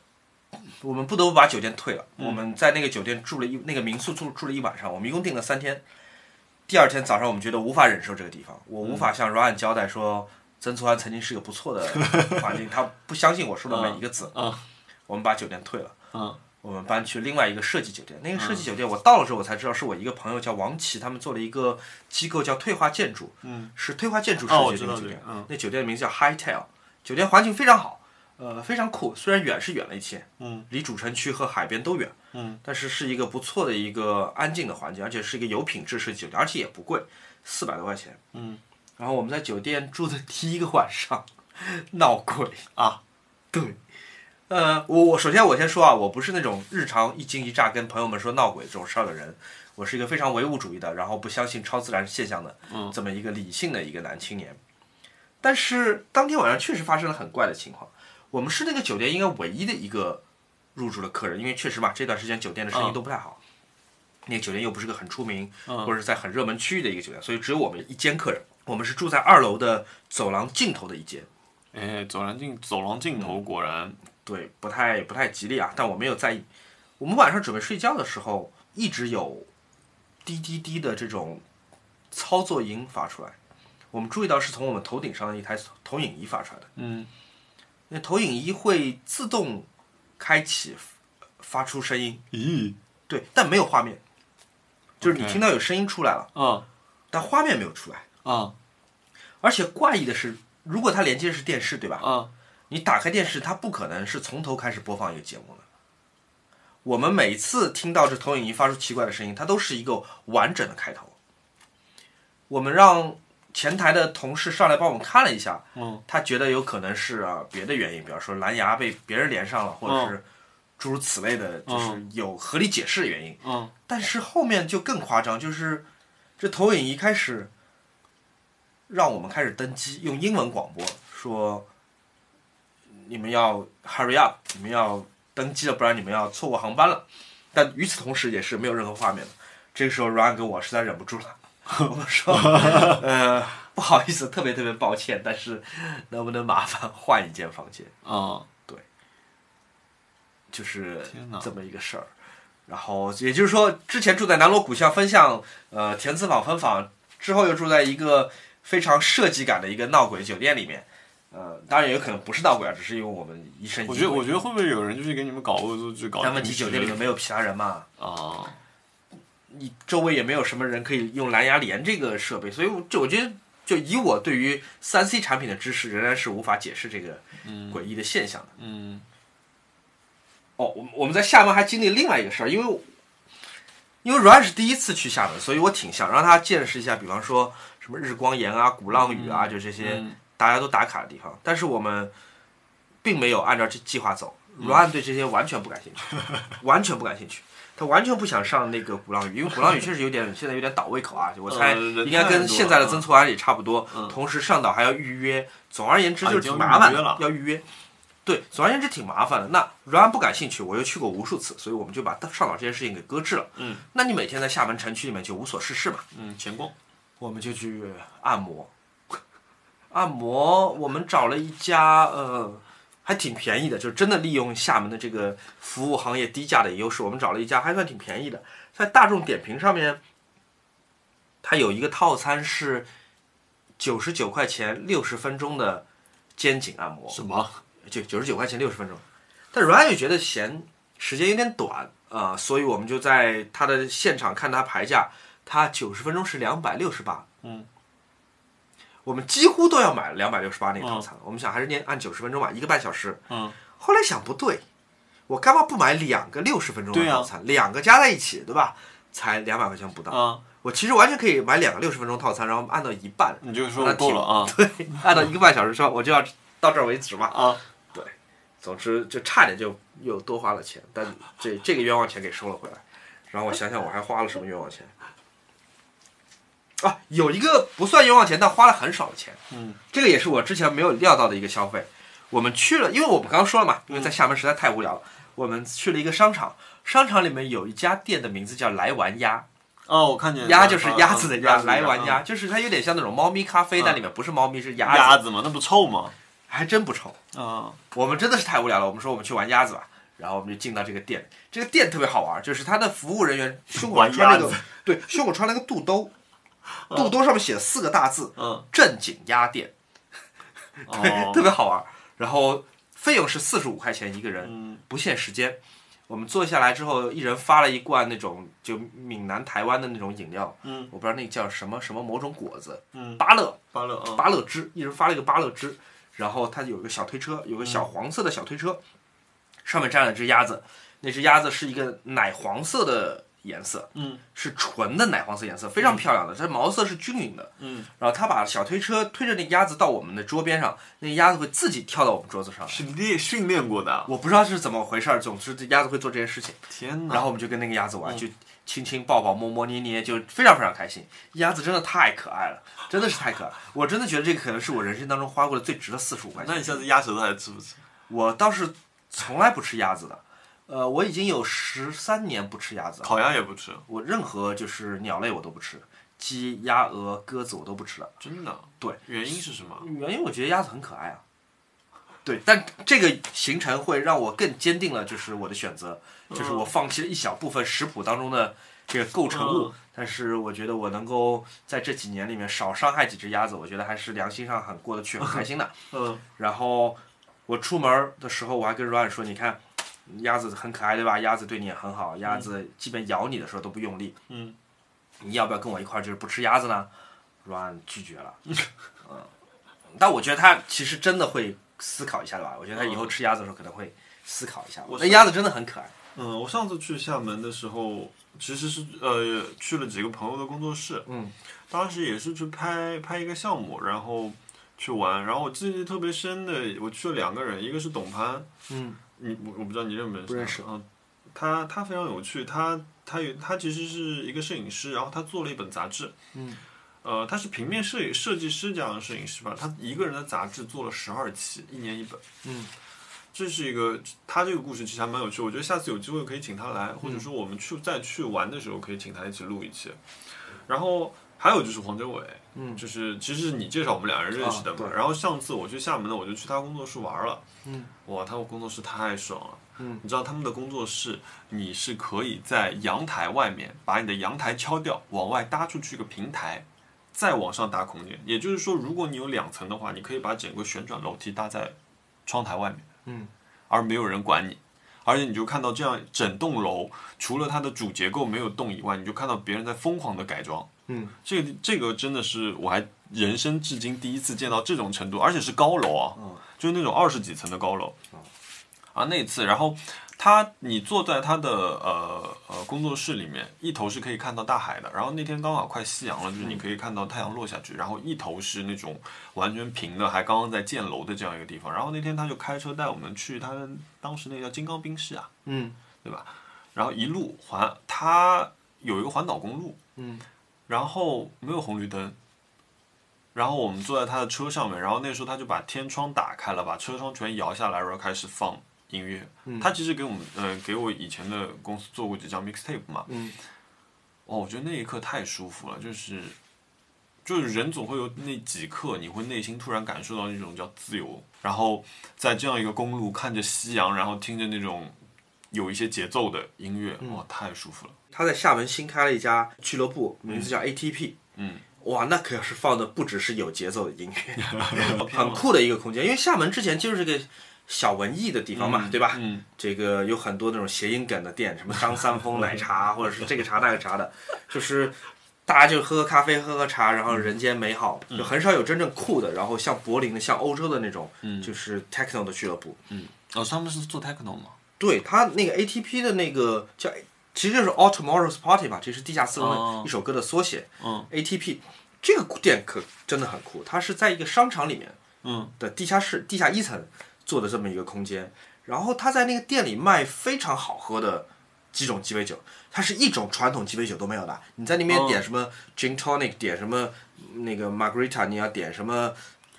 S2: 我们不得不把酒店退了。我们在那个酒店住了一那个民宿住住了一晚上，我们一共订了三天。第二天早上，我们觉得无法忍受这个地方，我无法向 Ryan 交代说曾厝垵曾经是个不错的环境，他不相信我说的每一个字。
S1: 嗯
S2: 我们把酒店退了。
S1: 嗯
S2: 我们搬去另外一个设计酒店。那个设计酒店，我到了之后我才知道，是我一个朋友叫王琦，他们做了一个机构叫退化建筑，
S1: 嗯，
S2: 是退化建筑
S1: 哦，我
S2: 设计
S1: 知
S2: 的那
S1: 道这
S2: 个酒
S1: 个
S2: 店，。
S1: 嗯
S2: 那酒店的名字叫 Hightail，酒店环境非常好，呃，非常酷，虽然远是远了一些，
S1: 嗯，
S2: 离主城区和海边都远，
S1: 嗯，
S2: 但是是一个不错的一个安静的环境，而且是一个有品质设计酒店，而且也不贵，四百多块钱，
S1: 嗯，
S2: 然后我们在酒店住的第一个晚上 [LAUGHS] 闹鬼，
S1: 啊，
S2: 对，呃，我我首先我先说啊，我不是那种日常一惊一乍跟朋友们说闹鬼这种事儿的人，我是一个非常唯物主义的，然后不相信超自然现象的，
S1: 嗯，
S2: 这么一个理性的一个男青年。但是当天晚上确实发生了很怪的情况，我们是那个酒店应该唯一的一个入住的客人，因为确实嘛，这段时间酒店的生意
S1: 嗯
S2: 都不太好，那个酒店又不是个很出名，
S1: 嗯
S2: 或者是在很热门区域的一个酒店，所以只有我们一间客人。我们是住在二楼的走廊尽头的一间，
S1: 哎，走廊尽走廊尽头果然，
S2: 对，不太不太吉利啊，但我没有在意。我们晚上准备睡觉的时候，一直有滴滴滴的这种操作音发出来。我们注意到是从我们头顶上的一台投影仪发出来的。
S1: 嗯
S2: 那投影仪会自动开启，发出声音，
S1: 咦，
S2: 对，但没有画面，就是你
S1: OK
S2: 听到有声音出来了
S1: 嗯
S2: 但画面没有出来。
S1: 嗯
S2: 而且怪异的是，如果它连接的是电视，对吧？
S1: 啊，
S2: 你打开电视，它不可能是从头开始播放一个节目的。我们每次听到这投影仪发出奇怪的声音，它都是一个完整的开头。我们让前台的同事上来帮我们看了一下，
S1: 嗯，
S2: 他觉得有可能是啊别的原因，比方说蓝牙被别人连上了，或
S1: 嗯
S2: 者是诸如此类的，就是有合理解释的原因。
S1: 嗯，
S2: 但是后面就更夸张，就是这投影仪开始让我们开始登机，用英文广播说：“你们要 hurry up，你们要登机了，不然你们要错过航班了。”但与此同时，也是没有任何画面的。这个时候，Ryan 跟我实在忍不住了， [LAUGHS] 我说：“呃，不好意思，特别特别抱歉，但是能不能麻烦换一间房间？”
S1: 啊，
S2: 就是
S1: 天哪
S2: 这么一个事儿。然后也就是说，之前住在南锣鼓巷分巷，呃，田子坊分坊，之后又住在一个非常设计感的一个闹鬼酒店里面。呃，当然也有可能不是闹鬼啊，只是因为我们一身
S1: 我觉得，我觉得会不会有人就是给你们搞恶作剧，搞
S2: 但问题酒店里面没有其他人嘛，
S1: 啊，
S2: 你周围也没有什么人可以用蓝牙连这个设备，所以我就我觉得，就以我对于三 C 产品的知识，仍然是无法解释这个
S1: 嗯
S2: 诡异的现象的。
S1: 嗯
S2: 哦，我们我们在厦门还经历另外一个事儿，因为我因为阮是第一次去厦门，所以我挺想让他见识一下，比方说什么日光岩啊、鼓浪屿啊，就这些
S1: 嗯
S2: 大家都打卡的地方。但是我们并没有按照这计划走，阮对这些完全不感兴
S1: [LAUGHS]
S2: 趣，完全不感兴趣。他完全不想上那个鼓浪屿，因为鼓浪屿确实有点现在有点倒胃口啊，我
S1: 呃
S2: 猜
S1: 人
S2: 应该
S1: 太多
S2: 跟
S1: 了
S2: 现在的
S1: 嗯
S2: 曾厝垵也差不多。
S1: 嗯
S2: 同时上岛还要预约，总而言之就是
S1: 啊已经
S2: 挺麻烦
S1: 预约
S2: 的
S1: 了，
S2: 要预约。对，总而言之挺麻烦的。那阮安不感兴趣，我又去过无数次，所以我们就把上岛这件事情给搁置了。
S1: 嗯
S2: 那你每天在厦门城区里面就无所事事嘛？
S1: 嗯，前逛，
S2: 我们就去按摩， [LAUGHS] 按摩我们找了一家呃还挺便宜的，就真的利用厦门的这个服务行业低价的优势，我们找了一家还算挺便宜的，在大众点评上面，它有一个套餐是九十九块钱六十分钟的肩颈按摩，
S1: 什么？
S2: 就九十九块钱六十分钟。但阮也觉得嫌时间有点短啊、呃所以我们就在他的现场看他牌价，他九十分钟是两百六十八。
S1: 嗯，
S2: 我们几乎都要买两百六十八那个套餐，我们想还是念按九十分钟吧，一个半小时。
S1: 嗯
S2: 后来想不对，我干嘛不买两个六十分钟的
S1: 对啊
S2: 套餐，两个加在一起，对吧？才两百块钱不到。
S1: 啊，
S2: 我其实完全可以买两个六十分钟套餐，然后按到一半，
S1: 你就说我够了啊
S2: 对，按到一个半小时说我就要到这儿为止嘛。
S1: 啊，
S2: 总之就差点就又多花了钱，但这这个冤枉钱给收了回来。然后我想想我还花了什么冤枉钱啊？有一个不算冤枉钱，但花了很少的钱，
S1: 嗯
S2: 这个也是我之前没有料到的一个消费。我们去了，因为我们刚刚说了嘛，因
S1: 嗯
S2: 为在厦门实在太无聊了，我们去了一个商场，商场里面有一家店的名字叫“来玩鸭”。
S1: 哦，我看见
S2: 鸭就是鸭子的
S1: 鸭啊
S2: 鸭，来玩鸭，就是它有点像那种猫咪咖啡，
S1: 嗯
S2: 但里面不是猫咪是鸭子，
S1: 鸭子嘛，那不臭吗？
S2: 还真不臭。
S1: 啊，
S2: 我们真的是太无聊了，我们说我们去玩鸭子吧，然后我们就进到这个店，这个店特别好玩，就是它的服务人员胸口
S1: 玩
S2: 穿了
S1: 鸭
S2: 个对胸口穿了个肚兜，肚兜上面写四个大字
S1: [LAUGHS] 嗯，
S2: “正经鸭店”，
S1: 哦，
S2: 特别好玩。然后费用是四十五块钱一个人，
S1: 嗯
S2: 不限时间。我们坐下来之后，一人发了一罐那种就闽南台湾的那种饮料，
S1: 嗯
S2: 我不知道那个叫什么什么某种果子，
S1: 嗯，
S2: 芭乐，
S1: 芭乐啊，
S2: 芭乐汁，一人发了一个芭乐汁，然后它有一个小推车，有个
S1: 嗯
S2: 小黄色的小推车，上面站了只鸭子，那只鸭子是一个奶黄色的颜色，
S1: 嗯
S2: 是纯的奶黄色颜色，非常漂亮的，它毛色是均匀的。
S1: 嗯，
S2: 然后他把小推车推着那鸭子到我们的桌边上，那鸭子会自己跳到我们桌子上。
S1: 是练训练过的啊，
S2: 我不知道是怎么回事儿，总之这鸭子会做这些事情。
S1: 天
S2: 然
S1: 哪，
S2: 后我们就跟那个鸭子玩，就亲亲抱抱摸摸捏捏，就非常非常开心。鸭子真的太可爱了，真的是太可爱了。我真的觉得这个可能是我人生当中花过的最值的四十五块
S1: 那
S2: 钱。
S1: 你下次鸭舌头还吃不吃？
S2: 我倒是从来不吃鸭子的，呃，我已经有十三年不吃鸭子了。
S1: 烤鸭也不吃，
S2: 我任何就是鸟类我都不吃，鸡、鸭、鹅、鸽子我都不吃了。
S1: 真的。
S2: 对，
S1: 原因是什么？
S2: 原因我觉得鸭子很可爱啊。对，但这个行程会让我更坚定了，就是我的选择，就是我放弃了一小部分食谱当中的这个构成物，但是我觉得我能够在这几年里面少伤害几只鸭子，我觉得还是良心上很过得去，很开心的。
S1: 嗯
S2: 然后我出门的时候，我还跟 Ryan 说，你看鸭子很可爱，对吧？鸭子对你也很好，鸭子即便咬你的时候都不用力，
S1: 嗯，
S2: 你要不要跟我一块儿就是不吃鸭子呢？Ryan 拒绝了，嗯，但我觉得他其实真的会思考一下的吧。我觉得他以后吃鸭子的时候可能会思考一下。
S1: 嗯我
S2: 那鸭子真的很可爱。
S1: 嗯，我上次去厦门的时候，其实是呃去了几个朋友的工作室，
S2: 嗯，
S1: 当时也是去拍拍一个项目，然后去玩。然后我记忆特别深的，我去了两个人，一个是董攀，
S2: 嗯，
S1: 你我我不知道你认不认识他，
S2: 不认识
S1: 嗯，他他非常有趣，他他有他其实是一个摄影师，然后他做了一本杂志，
S2: 嗯，
S1: 呃，他是平面摄影设计师这样的摄影师吧，他一个人的杂志做了十二期，一年一本，
S2: 嗯，
S1: 这是一个他这个故事其实还蛮有趣，我觉得下次有机会可以请他来，
S2: 嗯
S1: 或者说我们去再去玩的时候可以请他一起录一期，然后。还有就是黄哲伟，
S2: 嗯
S1: 就是其实是你介绍我们两人认识的嘛。
S2: 啊对
S1: 然后上次我去厦门呢，我就去他工作室玩了，
S2: 嗯，
S1: 哇，他们工作室太爽了，
S2: 嗯，
S1: 你知道他们的工作室，你是可以在阳台外面把你的阳台敲掉，往外搭出去一个平台，再往上搭空间。也就是说，如果你有两层的话，你可以把整个旋转楼梯搭在窗台外面，
S2: 嗯，
S1: 而没有人管你。而且你就看到这样整栋楼，除了它的主结构没有动以外，你就看到别人在疯狂的改装。
S2: 嗯，
S1: 这个这个真的是我还人生至今第一次见到这种程度，而且是高楼啊，
S2: 嗯
S1: 就是那种二十几层的高楼。啊，那次，然后他你坐在他的呃呃工作室里面，一头是可以看到大海的，然后那天刚好快夕阳了，
S2: 嗯
S1: 就是你可以看到太阳落下去，然后一头是那种完全平的，还刚刚在建楼的这样一个地方。然后那天他就开车带我们去他当时那个叫金刚冰室啊，
S2: 嗯
S1: 对吧？然后一路环，它有一个环岛公路，
S2: 嗯
S1: 然后没有红绿灯，然后我们坐在他的车上面，然后那时候他就把天窗打开了，把车窗全摇下来，然后开始放音乐。
S2: 嗯
S1: 他其实给我们，呃，给我以前的公司做过几张 mixtape 嘛，
S2: 嗯
S1: 哦，我觉得那一刻太舒服了，就是，就是人总会有那几刻，你会内心突然感受到那种叫自由，然后在这样一个公路看着夕阳，然后听着那种有一些节奏的音乐，哇，太舒服了。
S2: 他在厦门新开了一家俱乐部，名字叫 ATP。
S1: 嗯，
S2: 哇，那可是放的不只是有节奏的音乐，
S1: [LAUGHS]
S2: 很
S1: 很
S2: 酷的一个空间。因为厦门之前就是个小文艺的地方嘛，对吧？
S1: 嗯，
S2: 这个有很多那种谐音梗的
S1: [LAUGHS]
S2: 店，什么张三丰奶茶，或者是这个茶那个茶的，就是大家就喝喝咖啡，喝喝茶，然后人间美好，
S1: 嗯
S2: 就很少有真正酷的，然后像柏林的、像欧洲的那种，
S1: 嗯
S2: 就是 techno 的俱乐部。
S1: 哦，他们是做 techno 吗？
S2: 对他那个 ATP 的那个叫，其实就是 All Tomorrow's Party 吧，这是地下四
S1: 哦
S2: 龙的一首歌的缩写。
S1: 嗯
S2: ATP 这个店可真的很酷，它是在一个商场里面
S1: 嗯
S2: 的地下室、地下一层做的这么一个空间，然后他在那个店里卖非常好喝的几种鸡尾酒，它是一种传统鸡尾酒都没有的。你在那边点什么 gin tonic，点什么那个 margarita，你要点什么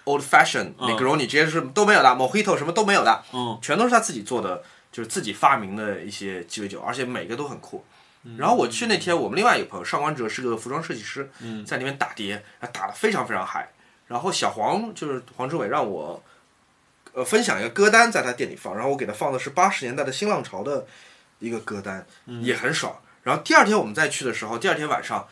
S2: old fashion、Negroni，这些是都没有的，mojito 什么都没有的，
S1: 嗯
S2: 全都是他自己做的，就是自己发明的一些鸡尾酒，而且每个都很酷。然后我去那天，我们另外一个朋友上官哲是个服装设计师，在那边打碟，打得非常非常嗨。然后小黄就是黄志伟让我，呃，分享一个歌单在他店里放，然后我给他放的是八十年代的新浪潮的一个歌单，也很爽。然后第二天我们再去的时候，第二天晚上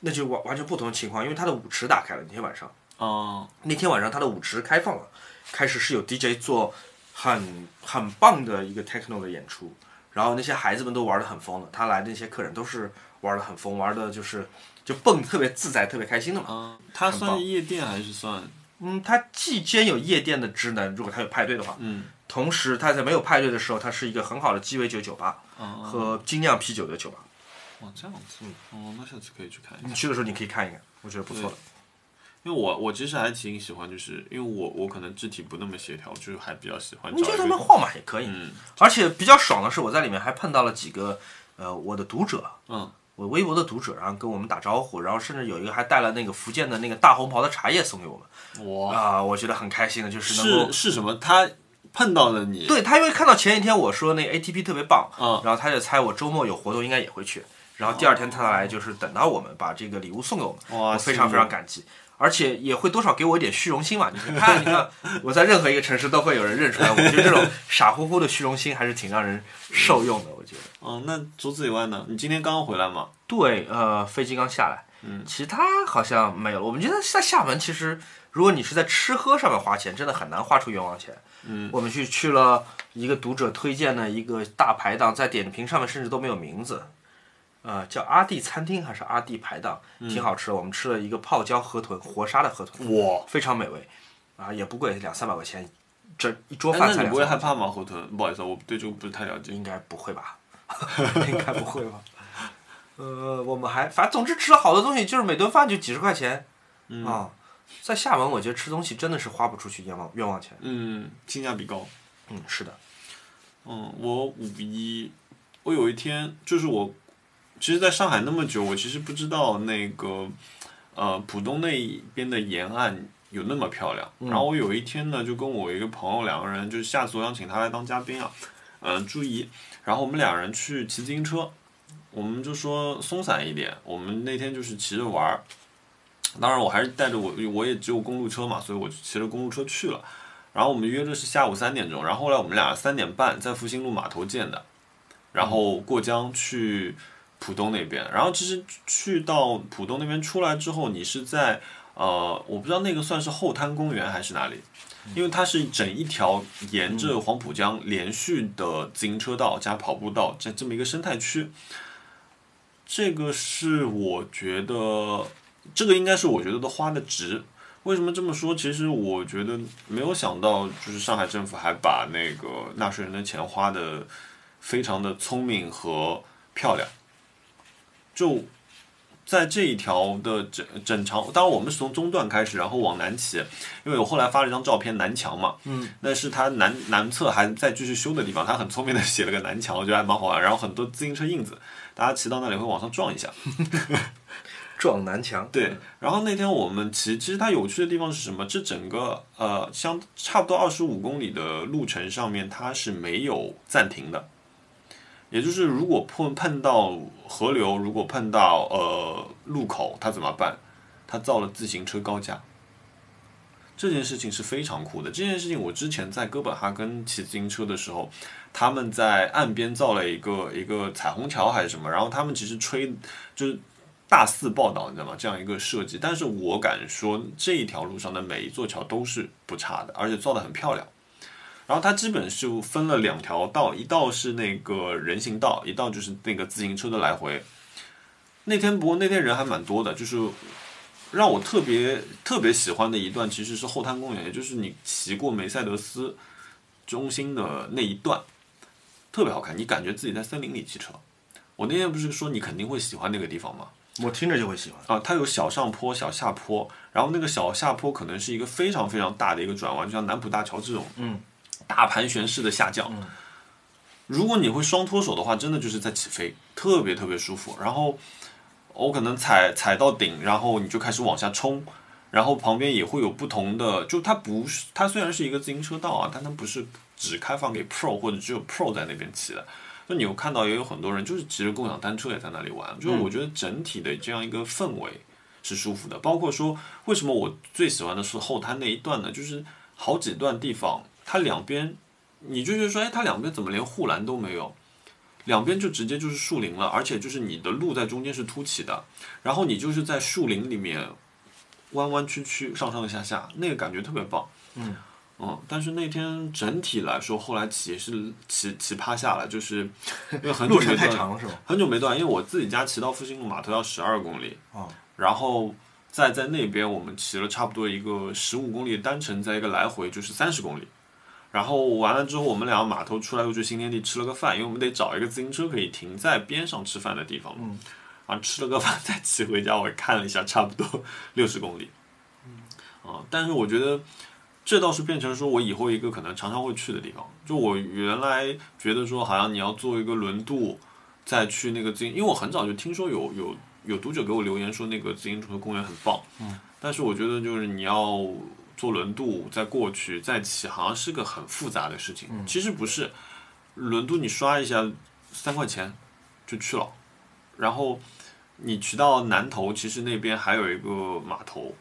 S2: 那就完完全不同的情况，因为他的舞池打开了那天晚上。
S1: 哦
S2: 那天晚上他的舞池开放了，开始是有 DJ 做很很棒的一个 techno 的演出，然后那些孩子们都玩的很疯了，他来的那些客人都是玩的很疯，玩的就是就蹦得特别自在、特别开心的嘛。
S1: 嗯，它
S2: 很
S1: 算
S2: 棒
S1: 夜店还是算？
S2: 嗯，它既兼有夜店的职能，如果它有派对的话，
S1: 嗯
S2: 同时它在没有派对的时候，它是一个很好的鸡尾酒酒吧
S1: 嗯，
S2: 和精酿啤酒的酒吧。
S1: 哦这样子，哦，那下次可以去看一下。
S2: 你去的时候你可以看一看，我觉得不错的。
S1: 因为我我其实还挺喜欢，就是因为我我可能肢体不那么协调，就是还比较喜欢找
S2: 你
S1: 一
S2: 就在
S1: 个
S2: 那边晃嘛也可以，
S1: 嗯
S2: 而且比较爽的是，我在里面还碰到了几个呃我的读者，
S1: 嗯
S2: 我微博的读者，然后跟我们打招呼，然后甚至有一个还带了那个福建的那个大红袍的茶叶送给我们
S1: 哇
S2: 啊、我觉得很开心的，就是能
S1: 是
S2: 够
S1: 是什么？他碰到了你，
S2: 对他，因为看到前几天我说那 ATP 特别棒，
S1: 嗯
S2: 然后他就猜我周末有活动应该也会去，然后第二天他来就是等到我们把这个礼物送给我们，
S1: 哇
S2: 我非常非常感激。而且也会多少给我一点虚荣心
S1: [LAUGHS]
S2: 嘛？你看，你看，我在任何一个城市都会有人认出来我，觉得这种傻乎乎的虚荣心还是挺让人受用的。我觉得，
S1: 嗯，那除此以外呢？你今天刚刚回来吗？
S2: 对，呃，飞机刚下来，
S1: 嗯，
S2: 其他好像没有了。我们觉得在厦门，其实如果你是在吃喝上面花钱，真的很难花出冤枉钱。
S1: 嗯，
S2: 我们去去了一个读者推荐的一个大排档，在点评上面甚至都没有名字，呃，叫阿弟餐厅还是阿
S1: 嗯
S2: 弟排档，挺好吃的。我们吃了一个泡椒河豚，活杀的河豚，
S1: 我
S2: 非常美味。啊，也不贵，两三百块钱，这一桌
S1: 哎，
S2: 饭
S1: 那
S2: 才
S1: 你
S2: 两
S1: 不会
S2: 三
S1: 害
S2: 百，
S1: 怕吗？火腿，不好意思，我对这个不是太了解。
S2: 应该不会吧？ [LAUGHS] 应该不会吧？呃，我们还反正总之吃了好多东西，就是每顿饭就几十块钱啊、
S1: 嗯
S2: 在厦门，我觉得吃东西真的是花不出去冤枉冤枉钱。
S1: 嗯，性价比高。
S2: 嗯，是的，
S1: 嗯，我五一，我有一天就是我，其实在上海那么久，我其实不知道那个，呃，浦东那一边的沿岸有那么漂亮。然后我有一天呢，就跟我一个朋友两个人，就是下次我想请他来当嘉宾啊，嗯、朱怡，然后我们两人去骑自行车，我们就说松散一点，我们那天就是骑着玩儿。当然，我还是带着我，我也只有公路车嘛，所以我就骑着公路车去了。然后我们约的是下午三点钟，然后后来我们俩三点半在复兴路码头见的，然后过江去浦东那边，然后其实去到浦东那边出来之后，你是在呃，我不知道那个算是后滩公园还是哪里，因为它是整一条沿着黄浦江连续的自行车道加跑步道这这么一个生态区，这个是我觉得这个应该是我觉得都花的值，为什么这么说？其实我觉得没有想到，就是上海政府还把那个纳税人的钱花的非常的聪明和漂亮。就在这一条的整整长，当然我们是从中段开始，然后往南骑，因为我后来发了一张照片，南墙嘛，嗯，那是它南南侧还在继续修的地方，他很聪明的写了个南墙，我觉得还蛮好玩。然后很多自行车印子，大家骑到那里会往上撞一下。
S2: 撞南墙。
S1: 对，然后那天我们骑，其实它有趣的地方是什么？这整个呃，相差不多二十五公里的路程上面，它是没有暂停的。也就是，如果碰碰到河流，如果碰到呃路口，它怎么办？它造了自行车高架。这件事情是非常酷的。这件事情我之前在哥本哈根骑自行车的时候，他们在岸边造了一个一个彩虹桥还是什么，然后他们其实吹就是大肆报道，你知道吗？这样一个设计，但是我敢说这一条路上的每一座桥都是不差的，而且造的很漂亮。然后它基本是分了两条道，一道是那个人行道，一道就是那个自行车的来回。那天不过那天人还蛮多的，就是让我特别特别喜欢的一段其实是后滩公园，也就是你骑过梅赛德斯中心的那一段，特别好看，你感觉自己在森林里骑车。我那天不是说你肯定会喜欢那个地方吗？
S2: 我听着就会喜欢。
S1: 啊，它有小上坡、小下坡，然后那个小下坡可能是一个非常非常大的一个转弯，就像南浦大桥这种，
S2: 嗯，
S1: 大盘旋式的下降。如果你会双脱手的话，真的就是在起飞，特别特别舒服。然后我可能踩踩到顶，然后你就开始往下冲，然后旁边也会有不同的，就它不是它虽然是一个自行车道啊，但它不是只开放给 Pro 或者只有 Pro 在那边骑的。就你有看到也有很多人就是骑着共享单车也在那里玩，就是我觉得整体的这样一个氛围是舒服的。包括说为什么我最喜欢的是后滩那一段呢？就是好几段地方，它两边你就觉得说，哎，它两边怎么连护栏都没有？两边就直接就是树林了，而且就是你的路在中间是凸起的，然后你就是在树林里面弯弯曲曲、上上下下，那个感觉特别棒。
S2: 嗯
S1: 嗯，但是那天整体来说，后来骑是骑骑趴下了，就是因为很久
S2: [LAUGHS] 路
S1: 没
S2: 程太
S1: 锻
S2: 长了是吧？
S1: 很久没断，因为我自己家骑到复兴路码头要十二公里，
S2: 哦
S1: 然后再在那边我们骑了差不多一个十五公里的单程，再一个来回就是三十公里。然后完了之后，我们俩码头出来又去新天地吃了个饭，因为我们得找一个自行车可以停在边上吃饭的地方。
S2: 嗯，
S1: 然后吃了个饭再骑回家，我看了一下，差不多六十公里。嗯，啊，但是我觉得这倒是变成说我以后一个可能常常会去的地方。就我原来觉得说，好像你要做一个轮渡，再去那个自行，因为我很早就听说有有有读者给我留言说那个自行车公园很棒，嗯，但是我觉得就是你要坐轮渡再过去再骑，好像是个很复杂的事情。其实不是，轮渡你刷一下三块钱就去了，然后你骑到南头，其实那边还有一个码头。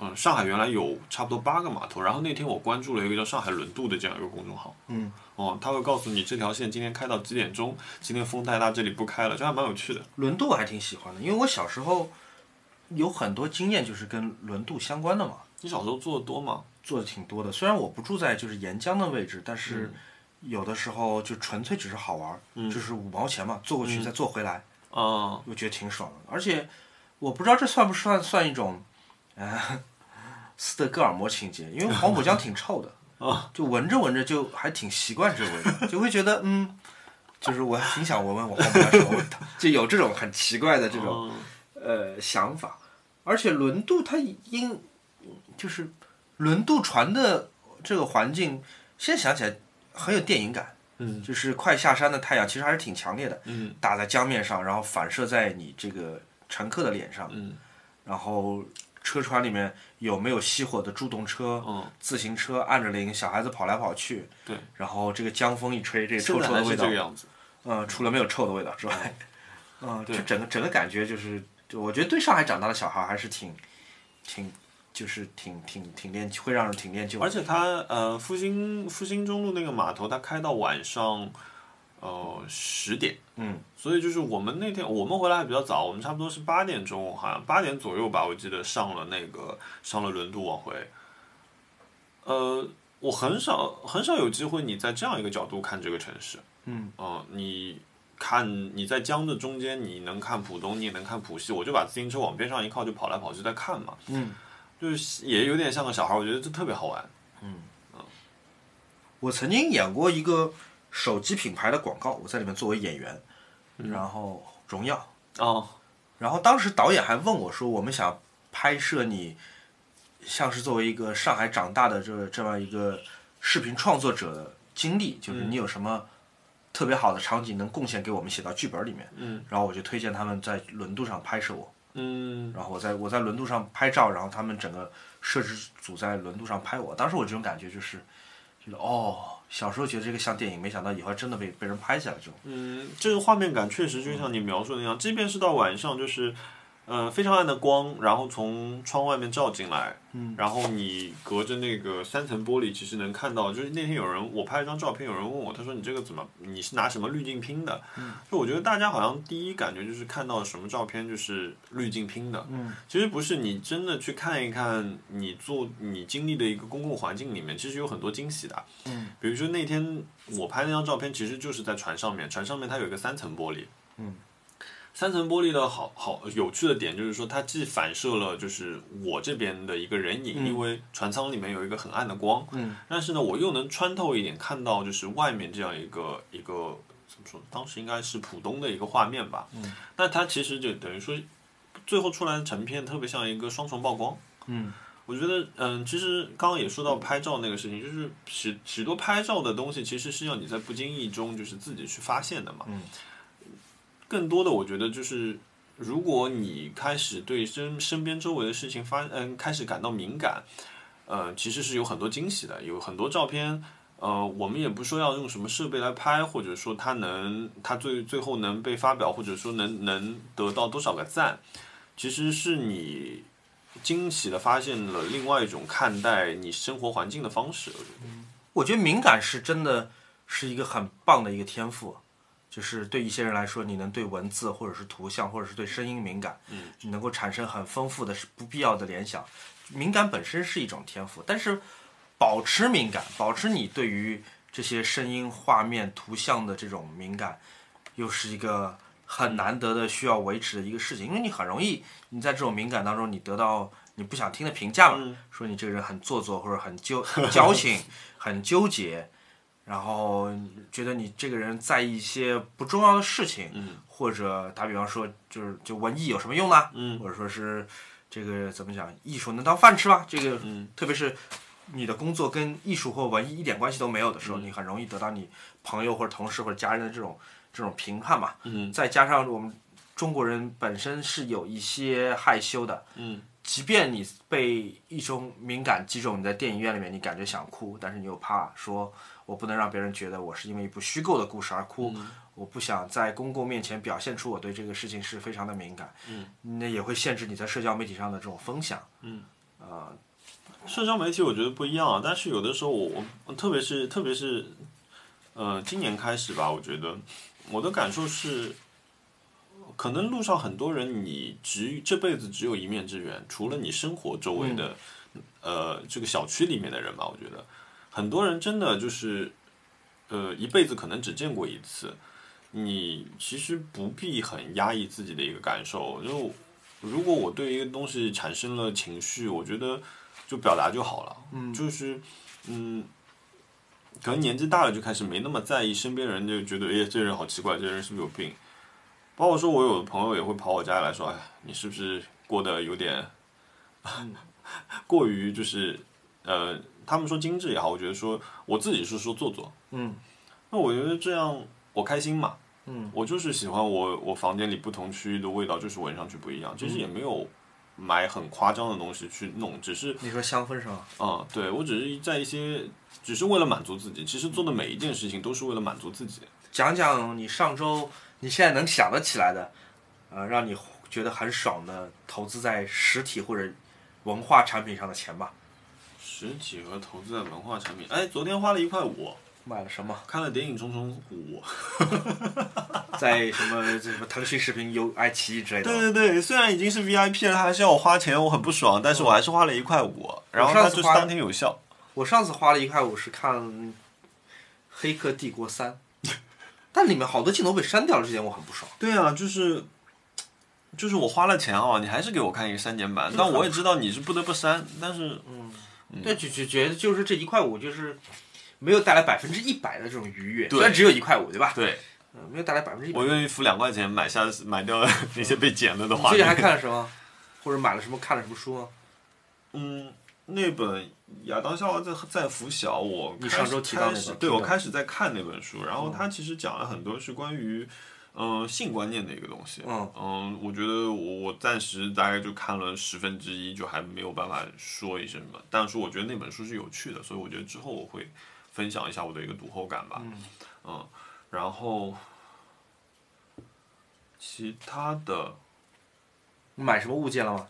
S1: 嗯，上海原来有差不多八个码头，然后那天我关注了一个叫上海轮渡的这样一个公众号，
S2: 嗯，
S1: 哦，他会告诉你这条线今天开到几点钟，今天风太大，这里不开了，这还蛮有趣的。
S2: 轮渡我还挺喜欢的，因为我小时候有很多经验就是跟轮渡相关的嘛，
S1: 你小时候做的多吗？
S2: 做的挺多的。虽然我不住在就是沿江的位置，但是有的时候就纯粹只是好玩儿，就是五毛钱嘛，坐过去再坐回来，
S1: 嗯，
S2: 我觉得挺爽的。而且我不知道这算不算算一种，呃，斯德哥尔摩情节，因为黄浦江挺臭的
S1: 啊，
S2: 就闻着闻着就还挺习惯这个味道，就会觉得嗯，就是我还挺想闻闻我黄浦江什
S1: [LAUGHS]
S2: 么味道，就有这种很奇怪的这种
S1: 嗯
S2: 呃想法。而且轮渡它因就是轮渡船的这个环境，现在想起来很有电影感，
S1: 嗯
S2: 就是快下山的太阳其实还是挺强烈的，
S1: 嗯
S2: 打在江面上，然后反射在你这个乘客的脸上，
S1: 嗯
S2: 然后车船里面有没有熄火的助动车、
S1: 嗯，
S2: 自行车按着铃，小孩子跑来跑去，
S1: 对，
S2: 然后这个江风一吹，这个臭
S1: 现在
S2: 臭
S1: 还
S2: 的
S1: 是
S2: 味
S1: 这
S2: 道
S1: 个，样子。
S2: 嗯，除了没有臭的味道之外，嗯，
S1: 对
S2: 就整个整个感觉就是，就我觉得对上海长大的小孩还是挺挺。就是挺挺挺恋，会让人挺恋旧的。
S1: 而且它呃，复兴复兴中路那个码头，它开到晚上呃十点，
S2: 嗯，
S1: 所以就是我们那天我们回来还比较早，我们差不多是八点钟，好像八点左右吧，我记得上了那个上了轮渡往回。呃，我很少很少有机会你在这样一个角度看这个城市，
S2: 嗯，
S1: 呃，你看你在江的中间，你能看浦东，你也能看浦西，我就把自行车往边上一靠，就跑来跑去在看嘛，
S2: 嗯，
S1: 就是也有点像个小孩，我觉得这特别好玩。
S2: 我曾经演过一个手机品牌的广告，我在里面作为演员，然后荣耀，
S1: 哦，
S2: 然后当时导演还问我说，我们想拍摄你像是作为一个上海长大的这这么一个视频创作者的经历，就是你有什么特别好的场景能贡献给我们写到剧本里面。
S1: 嗯
S2: 然后我就推荐他们在轮渡上拍摄我，
S1: 嗯
S2: 然后我在我在轮渡上拍照，然后他们整个摄制组在轮渡上拍我。当时我这种感觉就是，觉得哦，小时候觉得这个像电影，没想到以后还真的被被人拍下来这种。
S1: 嗯，这个画面感确实就像你描述的那样，即便是到晚上，就是呃非常暗的光，然后从窗外面照进来，嗯，然后你隔着那个三层玻璃，其实能看到，就是那天有人我拍了张照片，有人问我，他说你这个怎么你是拿什么滤镜拼的？嗯，就我觉得大家好像第一感觉就是看到什么照片就是滤镜拼的，嗯，其实不是，你真的去看一看你做你经历的一个公共环境里面，其实有很多惊喜的，嗯，比如说那天我拍那张照片，其实就是在船上面，船上面它有一个三层玻璃，三层玻璃的好好有趣的点就是说，它既反射了就是我这边的一个人影，因为船舱里面有一个很暗的光，
S2: 嗯，
S1: 但是呢，我又能穿透一点看到就是外面这样一个一个怎么说，当时应该是浦东的一个画面吧，嗯，那它其实就等于说，最后出来的成片特别像一个双重曝光，
S2: 嗯，
S1: 我觉得，嗯，其实刚刚也说到拍照那个事情，就是许许多拍照的东西，其实是要你在不经意中就是自己去发现的嘛。
S2: 嗯。
S1: 更多的，我觉得就是，如果你开始对身身边周围的事情发，嗯，开始感到敏感，呃，其实是有很多惊喜的，有很多照片。呃，我们也不说要用什么设备来拍，或者说它能，它最最后能被发表，或者说能能得到多少个赞，其实是你惊喜的发现了另外一种看待你生活环境的方式。我觉得
S2: 我觉得敏感是真的是一个很棒的一个天赋，就是对一些人来说，你能对文字或者是图像或者是对声音敏感，
S1: 嗯，
S2: 你能够产生很丰富的是不必要的联想。敏感本身是一种天赋，但是保持敏感，保持你对于这些声音、画面、图像的这种敏感，又是一个很难得的需要维持的一个事情，因为你很容易你在这种敏感当中，你得到你不想听的评价嘛，
S1: 嗯
S2: 说你这个人很做作或者很纠矫情、很纠结，然后觉得你这个人在意一些不重要的事情，
S1: 嗯
S2: 或者打比方说就是就文艺有什么用呢？
S1: 嗯
S2: 或者说是这个怎么讲，艺术能当饭吃吗？这个
S1: 嗯
S2: 特别是你的工作跟艺术或文艺一点关系都没有的时候，你很容易得到你朋友或者同事或者家人的这种这种评判嘛。
S1: 嗯
S2: 再加上我们中国人本身是有一些害羞的，
S1: 嗯
S2: 即便你被一种敏感击中，你在电影院里面你感觉想哭，但是你又怕说我不能让别人觉得我是因为一部虚构的故事而哭。
S1: 嗯
S2: 我不想在公共面前表现出我对这个事情是非常的敏感，
S1: 嗯，
S2: 那也会限制你在社交媒体上的这种风向，
S1: 嗯，
S2: 啊、
S1: 社交媒体我觉得不一样啊，但是有的时候我我特别是特别是，呃，今年开始吧，我觉得我的感受是，可能路上很多人你只这辈子只有一面之缘，除了你生活周围的，呃，这个小区里面的人吧，我觉得很多人真的就是，呃，一辈子可能只见过一次，你其实不必很压抑自己的一个感受，就。如果我对一个东西产生了情绪，我觉得就表达就好了。嗯，就是嗯，可能年纪大了就开始没那么在意身边人，就觉得哎，这人好奇怪，这人是不是有病？包括说我有的朋友也会跑我家里来说，哎，你是不是过得有点 [LAUGHS] 过于就是呃，他们说精致也好，我觉得说我自己是说做作，
S2: 嗯，
S1: 那我觉得这样我开心嘛，
S2: 嗯，
S1: 我就是喜欢我我房间里不同区域的味道，就是闻上去不一样。其实也没有买很夸张的东西去弄，只是
S2: 你说香氛是吗？
S1: 嗯，对我只是在一些，只是为了满足自己。其实做的每一件事情都是为了满足自己。
S2: 讲讲你上周你现在能想得起来的，呃，让你觉得很爽的投资在实体或者文化产品上的钱吧。
S1: 实体和投资在文化产品，哎，昨天花了一块五，
S2: 买了什么？
S1: 看了电影《匆匆五》。
S2: 在什么什么腾讯视频、有爱奇艺之类的吗。
S1: 对对对，虽然已经是 VIP 了，他还是要我花钱，我很不爽，但是我还是花了一块五。然后它就是当天有效。
S2: 我上次花了一块五是看《黑客帝国三》， [LAUGHS] 但里面好多镜头被删掉了，这点我很不爽。
S1: 对啊，就是就是我花了钱啊，你还是给我看一个删减版，但我也知道你是不得不删，但是
S2: 对，就就觉得就是这一块五就是没有带来百分之一百的这种愉悦，
S1: 对
S2: 虽然只有一块五，对吧？
S1: 对
S2: 嗯，没有带来百分之一百
S1: 我。愿意付两块钱买下买掉 [LAUGHS] 那些被剪了的画
S2: 最近还
S1: 面。
S2: 看了什么？ [LAUGHS] 或者买了什么？看了什么书吗？
S1: 嗯，那本《亚当夏娃在在拂晓》，我
S2: 你
S1: 开
S2: 上
S1: 始
S2: 周提到那
S1: 开
S2: 本
S1: 始
S2: 我
S1: 对
S2: 听
S1: 我
S2: 到哦
S1: 开始在看那本书，然后它其实讲了很多是关于。嗯、性观念的一个东西。
S2: 嗯
S1: 我觉得我我暂时大概就看了十分之一，就还没有办法说一声吧。但是我觉得那本书是有趣的，所以我觉得之后我会分享一下我的一个读后感吧。嗯然后其他的
S2: 你买什么物件了吗？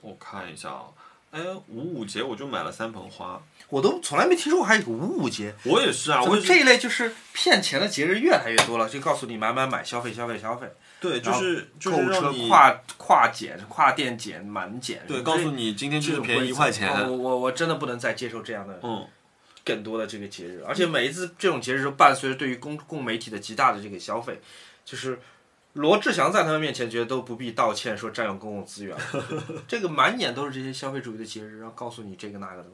S1: 我看一下啊，哎，五五节我就买了三盆花。
S2: 我都从来没听说过还有个五五节，
S1: 我也是啊，
S2: 怎
S1: 我
S2: 么
S1: 也是
S2: 这一类就是骗钱的节日越来越多了？就告诉你买买买，消费消费消费，
S1: 对，就
S2: 然后
S1: 是就
S2: 购
S1: 是
S2: 物车
S1: 让你
S2: 跨跨减、跨店减、满减，
S1: 对，
S2: 这
S1: 告诉你今天就是便宜一块
S2: 哦
S1: 钱。
S2: 我我我真的不能再接受这样的
S1: 嗯，
S2: 更多的这个节日，而且每一次这种节日都伴随着对于公共媒体的极大的这个消费，就是罗志祥在他们面前觉得都不必道歉，说占用公共资源了， [LAUGHS] 这个满眼都是这些消费主义的节日，然后告诉你这个那个的，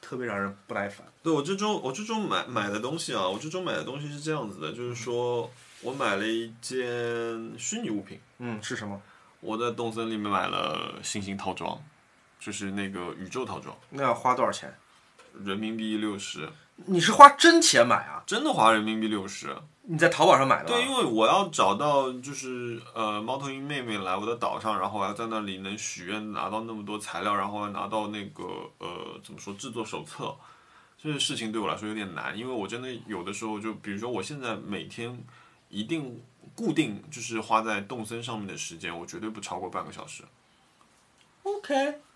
S2: 特别让人不耐烦。
S1: 对我这周我这周买买的东西啊，我这周买的东西是这样子的，就是说我买了一件虚拟物品，
S2: 嗯，是什么？
S1: 我在动森里面买了星星套装，就是那个宇宙套装，
S2: 那要花多少钱？
S1: 人民币六十，
S2: 你是花真钱买啊？
S1: 真的花人民币六十。
S2: 你在淘宝上买的？
S1: 对，，因为我要找到就是呃猫头鹰妹妹来我的岛上，然后我要在那里能许愿拿到那么多材料，然后拿到那个呃怎么说制作手册，这件事情对我来说有点难，因为我真的有的时候就比如说我现在每天一定固定就是花在动森上面的时间，我绝对不超过半个小时。
S2: OK，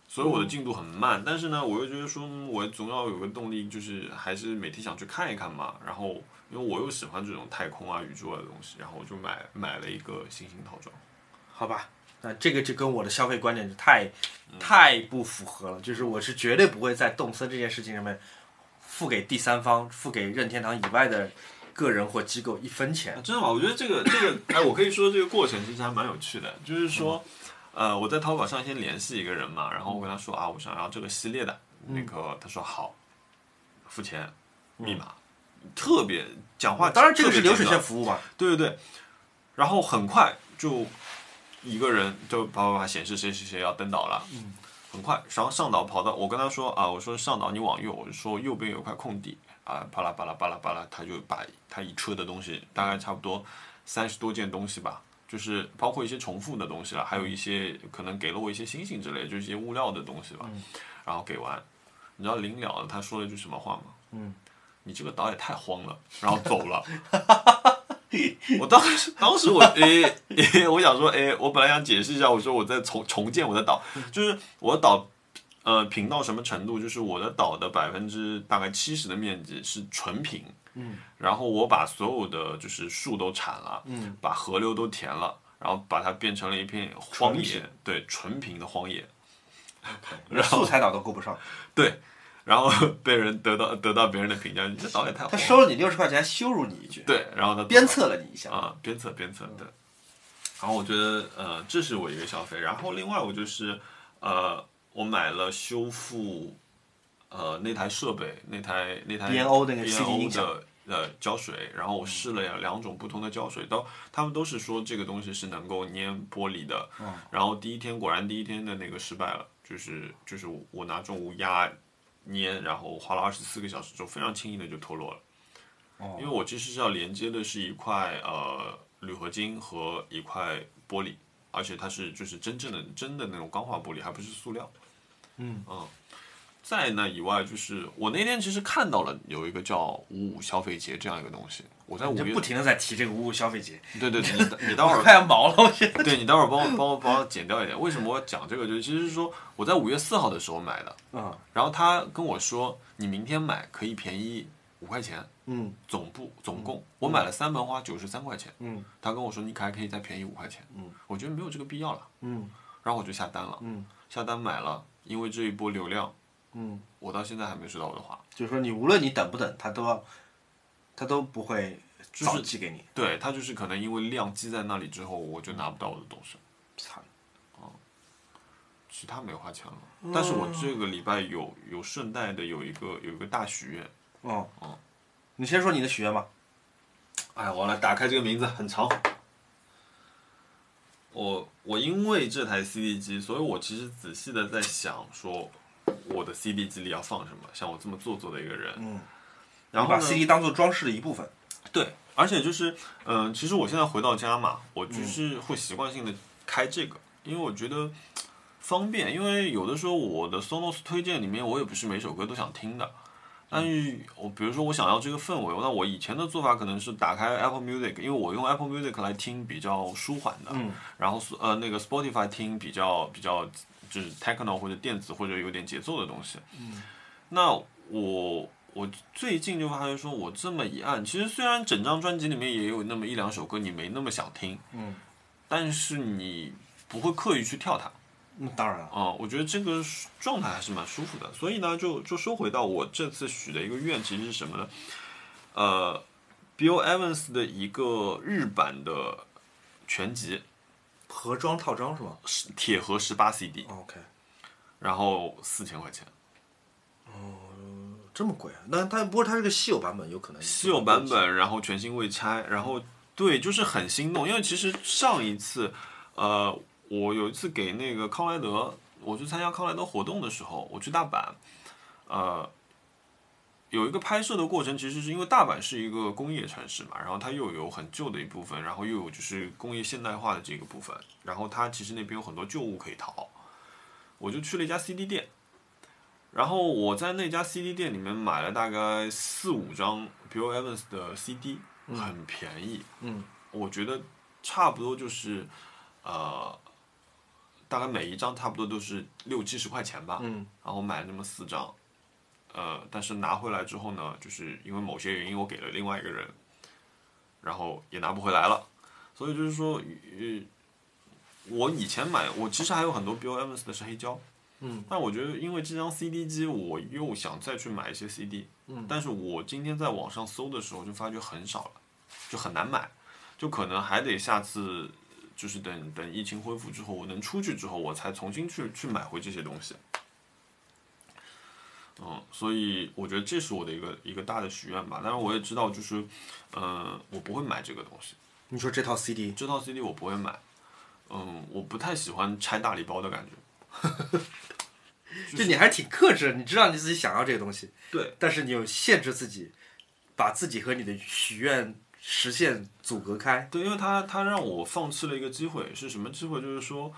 S1: 所以我的进度很慢，但是呢，我又觉得说，嗯我总要有个动力，就是还是每天想去看一看嘛。然后，因为我又喜欢这种太空啊、宇宙啊的东西，然后我就买买了一个星星套装。
S2: 好吧，那这个就跟我的消费观念就太太不符合了，就是我是绝对不会在动森这件事情上面付给第三方、付给任天堂以外的个人或机构一分钱。
S1: 啊真的吗？我觉得这个这个，哎，我可以说这个过程其实还蛮有趣的，就是说，呃，我在淘宝上先联系一个人嘛，然后我跟他说啊，我想要这个系列的，那个他说好，付钱，密码，特别讲话，
S2: 当然，这个是
S1: 特别
S2: 流水
S1: 简短
S2: 线服务嘛，
S1: 对对对，然后很快就一个人就啪啪啪显示谁谁谁要登岛了，嗯，很快，然后上岛跑到我跟他说啊，我说上岛你往右，我说右边有块空地啊，巴拉巴拉巴拉巴拉，他就把他一车的东西，大概差不多三十多件东西吧。就是包括一些重复的东西了，还有一些可能给了我一些星星之类，就是一些物料的东西吧。然后给完，你知道临了他说了一句什么话吗？
S2: 嗯，
S1: 你这个岛也太荒了，然后走
S2: [LAUGHS]
S1: 了。我当时，当时我诶、诶，我想说诶、我本来想解释一下，我说我在重重建我的岛，就是我的岛，呃，平到什么程度？就是我的岛的百分之大概七十的面积是纯平，
S2: 嗯，
S1: 然后我把所有的就是树都铲了，
S2: 嗯，
S1: 把河流都填了，然后把它变成了一片荒
S2: 纯
S1: 野，对，纯平的荒野，
S2: 素材岛都够不上。
S1: 对，然后 [LAUGHS] 被人得到得到别人的评价，你这岛也太荒
S2: 他
S1: 了
S2: 收了你六十块钱，还羞辱你一句，
S1: 对，然后他
S2: 鞭策了你一下。
S1: 啊，鞭策鞭策，对。然后我觉得呃，这是我一个消费，然后另外我就是呃，我买了修复呃那台设备那台那台
S2: B&O 那个
S1: B&O
S2: CD 音响
S1: 的呃胶水，然后我试了两两种不同的胶水，都他们都是说这个东西是能够粘玻璃的，
S2: 嗯
S1: 然后第一天果然第一天的那个失败了，就是就是我拿重物压粘，然后花了二十四个小时之后，非常轻易的就脱落了。因为我其实是要连接的是一块呃铝合金和一块玻璃，而且它是就是真正的真的那种钢化玻璃，还不是塑料。
S2: 嗯
S1: 在那以外，就是我那天其实看到了有一个叫“五五消费节”这样一个东西，我在五
S2: 就
S1: 月
S2: 不，停的在啊提这个五五消费节，
S1: 对
S2: [LAUGHS]
S1: 对，对你你待会儿
S2: 快要毛了，我觉得。
S1: 对你待会儿帮我帮我帮我剪掉一点。为什么我讲这个？就是其实是说我在五月四号的时候买的，
S2: 嗯
S1: 然后他跟我说你明天买可以便宜五块钱，
S2: 嗯
S1: 总部总共我买了三盆花九十三块钱，
S2: 嗯
S1: 他跟我说你还可以再便宜五块钱，
S2: 嗯，
S1: 我觉得没有这个必要了，
S2: 嗯
S1: 然后我就下单了，
S2: 嗯
S1: 下单买了，因为这一波流量，
S2: 嗯，
S1: 我到现在还没收到我的花。
S2: 就是说你无论你等不等，他都要，他都不会早寄给你。
S1: 对，它就是可能因为量积在那里之后，我就拿不到我的东西了，
S2: 惨，
S1: 其他没花钱了。但是
S2: 嗯
S1: 我这个礼拜有有顺带的有一个有一个大许愿，
S2: 哦
S1: 哦，
S2: 你先说你的许愿吧。
S1: 哎，我来打开这个名字很长。我我因为这台 CD 机，所以我其实仔细的在想说，我的 CD 机里要放什么。像我这么做作的一个人，
S2: 嗯，
S1: 然
S2: 然
S1: 后
S2: 后把
S1: 呢
S2: CD 当做装饰的一部分。
S1: 对，而且就是，嗯、其实我现在回到家嘛，我
S2: 嗯
S1: 就是会习惯性的开这个，因为我觉得方便。因为有的时候我的 Sonos 推荐里面，我也不是每首歌都想听的。
S2: 嗯
S1: 但是我比如说我想要这个氛围，那我以前的做法可能是打开 Apple Music，因为我用 Apple Music 来听比较舒缓的，
S2: 嗯
S1: 然后呃那个 Spotify 听比较比较就是 techno 或者电子或者有点节奏的东西。
S2: 嗯，
S1: 那我我最近就发现说，我这么一按，其实虽然整张专辑里面也有那么一两首歌你没那么想听，
S2: 嗯，
S1: 但是你不会刻意去跳它。
S2: 那当然了。
S1: 啊、我觉得这个状态还是蛮舒服的。所以呢，就就收回到我这次许的一个愿，其实是什么呢？呃，Bill Evans 的一个日版的全集
S2: 盒装套装是吗
S1: 《铁盒十八 CD》，
S2: 哦？OK，
S1: 然后四千块钱。
S2: 这么贵啊？那它不过它是个稀有版本，有可能
S1: 稀有版。本，然后全新未拆，然后对，就是很心动，因为其实上一次，呃，我有一次给那个康莱德，我去参加康莱德活动的时候，我去大阪，呃，有一个拍摄的过程，其实是因为大阪是一个工业城市嘛，然后它又有很旧的一部分，然后又有就是工业现代化的这个部分，然后它其实那边有很多旧物可以淘，我就去了一家 CD 店。然后我在那家 CD 店里面买了大概四五张 Bill Evans 的 CD，、很便宜，
S2: 嗯
S1: 我觉得差不多就是，呃，大概每一张差不多都是六七十块钱吧。
S2: 嗯
S1: 然后买了那么四张，呃，但是拿回来之后呢，就是因为某些原因我给了另外一个人，然后也拿不回来了，所以就是说，呃，我以前买我其实还有很多 Bill Evans 的是黑胶，
S2: 嗯，
S1: 但我觉得因为这张 CD 机，我又想再去买一些 CD，
S2: 嗯，
S1: 但是我今天在网上搜的时候就发觉很少了，就很难买，就可能还得下次。就是等等疫情恢复之后，我能出去之后，我才重新去去买回这些东西。嗯，所以我觉得这是我的一个一个大的许愿吧。但是我也知道，就是，呃，我不会买这个东西，
S2: 你说这套 CD
S1: 这套 CD 我不会买。嗯，我不太喜欢拆大礼包的感觉。
S2: 就你还是挺克制，你知道你自己想要这个东西，
S1: 对，
S2: 但是你有限制自己，把自己和你的许愿实现阻隔开。
S1: 对，因为他他让我放弃了一个机会，是什么机会？就是说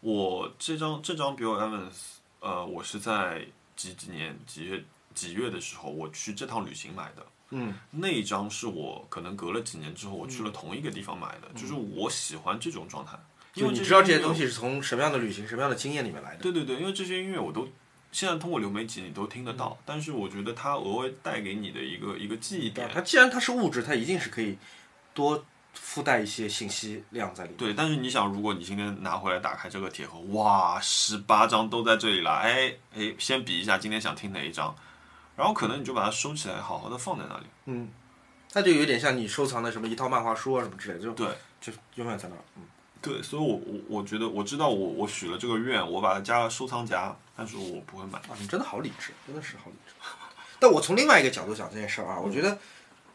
S1: 我这张这张 Bill Evans，呃，我是在几几年几月几月的时候，我去这趟旅行买的。
S2: 嗯
S1: 那一张是我可能隔了几年之后，我去了同一个地方买的，就是我喜欢这种状态。因
S2: 嗯就
S1: 为
S2: 你
S1: 这
S2: 知道
S1: 些
S2: 这些
S1: 音乐
S2: 东西是从什么样的旅行、什么样的经验里面来的。
S1: 对对对，因为这些音乐我都现在通过流媒体你都听得
S2: 嗯
S1: 到，但是我觉得它额外带给你的一个一个记忆点，
S2: 它既然它是物质，它一定是可以多附带一些信息量在里面。
S1: 对。但是你想，如果你今天拿回来打开这个铁盒，哇，十八张都在这里了，哎哎，先比一下今天想听哪一张，然后可能你就把它收起来，好好的放在那里。
S2: 嗯，它就有点像你收藏的什么一套漫画书啊什么之类的，就
S1: 对，
S2: 就永远在那儿。嗯，
S1: 对，所以我我我觉得我知道我我许了这个愿，我把它加了收藏夹，但是我不会买。
S3: 啊，你真的好理智，真的是好理智。
S2: 但我从另外一个角度讲这件事儿啊，我觉得，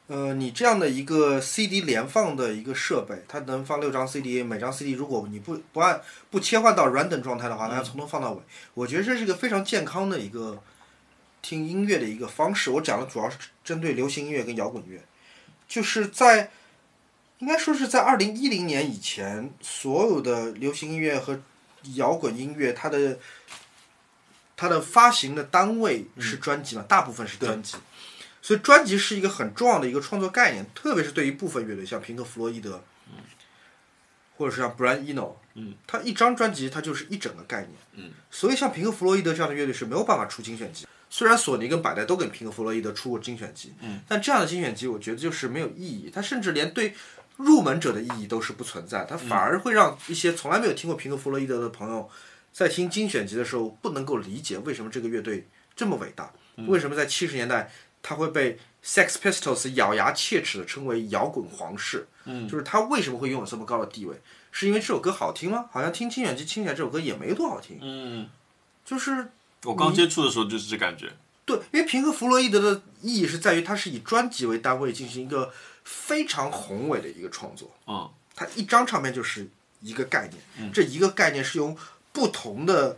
S2: 呃，你这样的一个 CD 连放的一个设备，它能放六张 CD，每张 CD 如果你不不按不切换到 random 状态的话，它从头放到尾，我觉得这是一个非常健康的一个听音乐的一个方式。我讲的主要是针对流行音乐跟摇滚乐，就是在应该说是在二零一零年以前，所有的流行音乐和摇滚音乐，它的它的发行的单位是
S1: 嗯
S2: 专辑嘛，大部分是专辑，所以专辑是一个很重要的一个创作概念，特别是对于部分乐队，像平克·弗洛伊德，或者是像 Brian Eno，
S1: 嗯，
S2: 他一张专辑它就是一整个概念，
S1: 嗯，
S2: 所以像平克·弗洛伊德这样的乐队是没有办法出精选集。虽然索尼跟百代都给平克·弗洛伊德出过精选集，
S1: 嗯，
S2: 但这样的精选集我觉得就是没有意义，它甚至连对入门者的意义都是不存在，它
S1: 嗯
S2: 反而会让一些从来没有听过平克·弗洛伊德的朋友。在听精选集的时候，不能够理解为什么这个乐队这么伟大，
S1: 嗯
S2: 为什么在七十年代它会被 Sex Pistols 咬牙切齿的称为摇滚皇室？
S1: 嗯，
S2: 就是它为什么会拥有这么高的地位？是因为这首歌好听吗？好像听精选集听起来这首歌也没多好听，
S1: 嗯，
S2: 就是
S1: 我刚接触的时候就是这感觉。
S2: 对，因为平克·弗洛伊德的意义是在于它是以专辑为单位进行一个非常宏伟的一个创作。
S1: 嗯，
S2: 它一张唱片就是一个概念，这一个概念是由不同的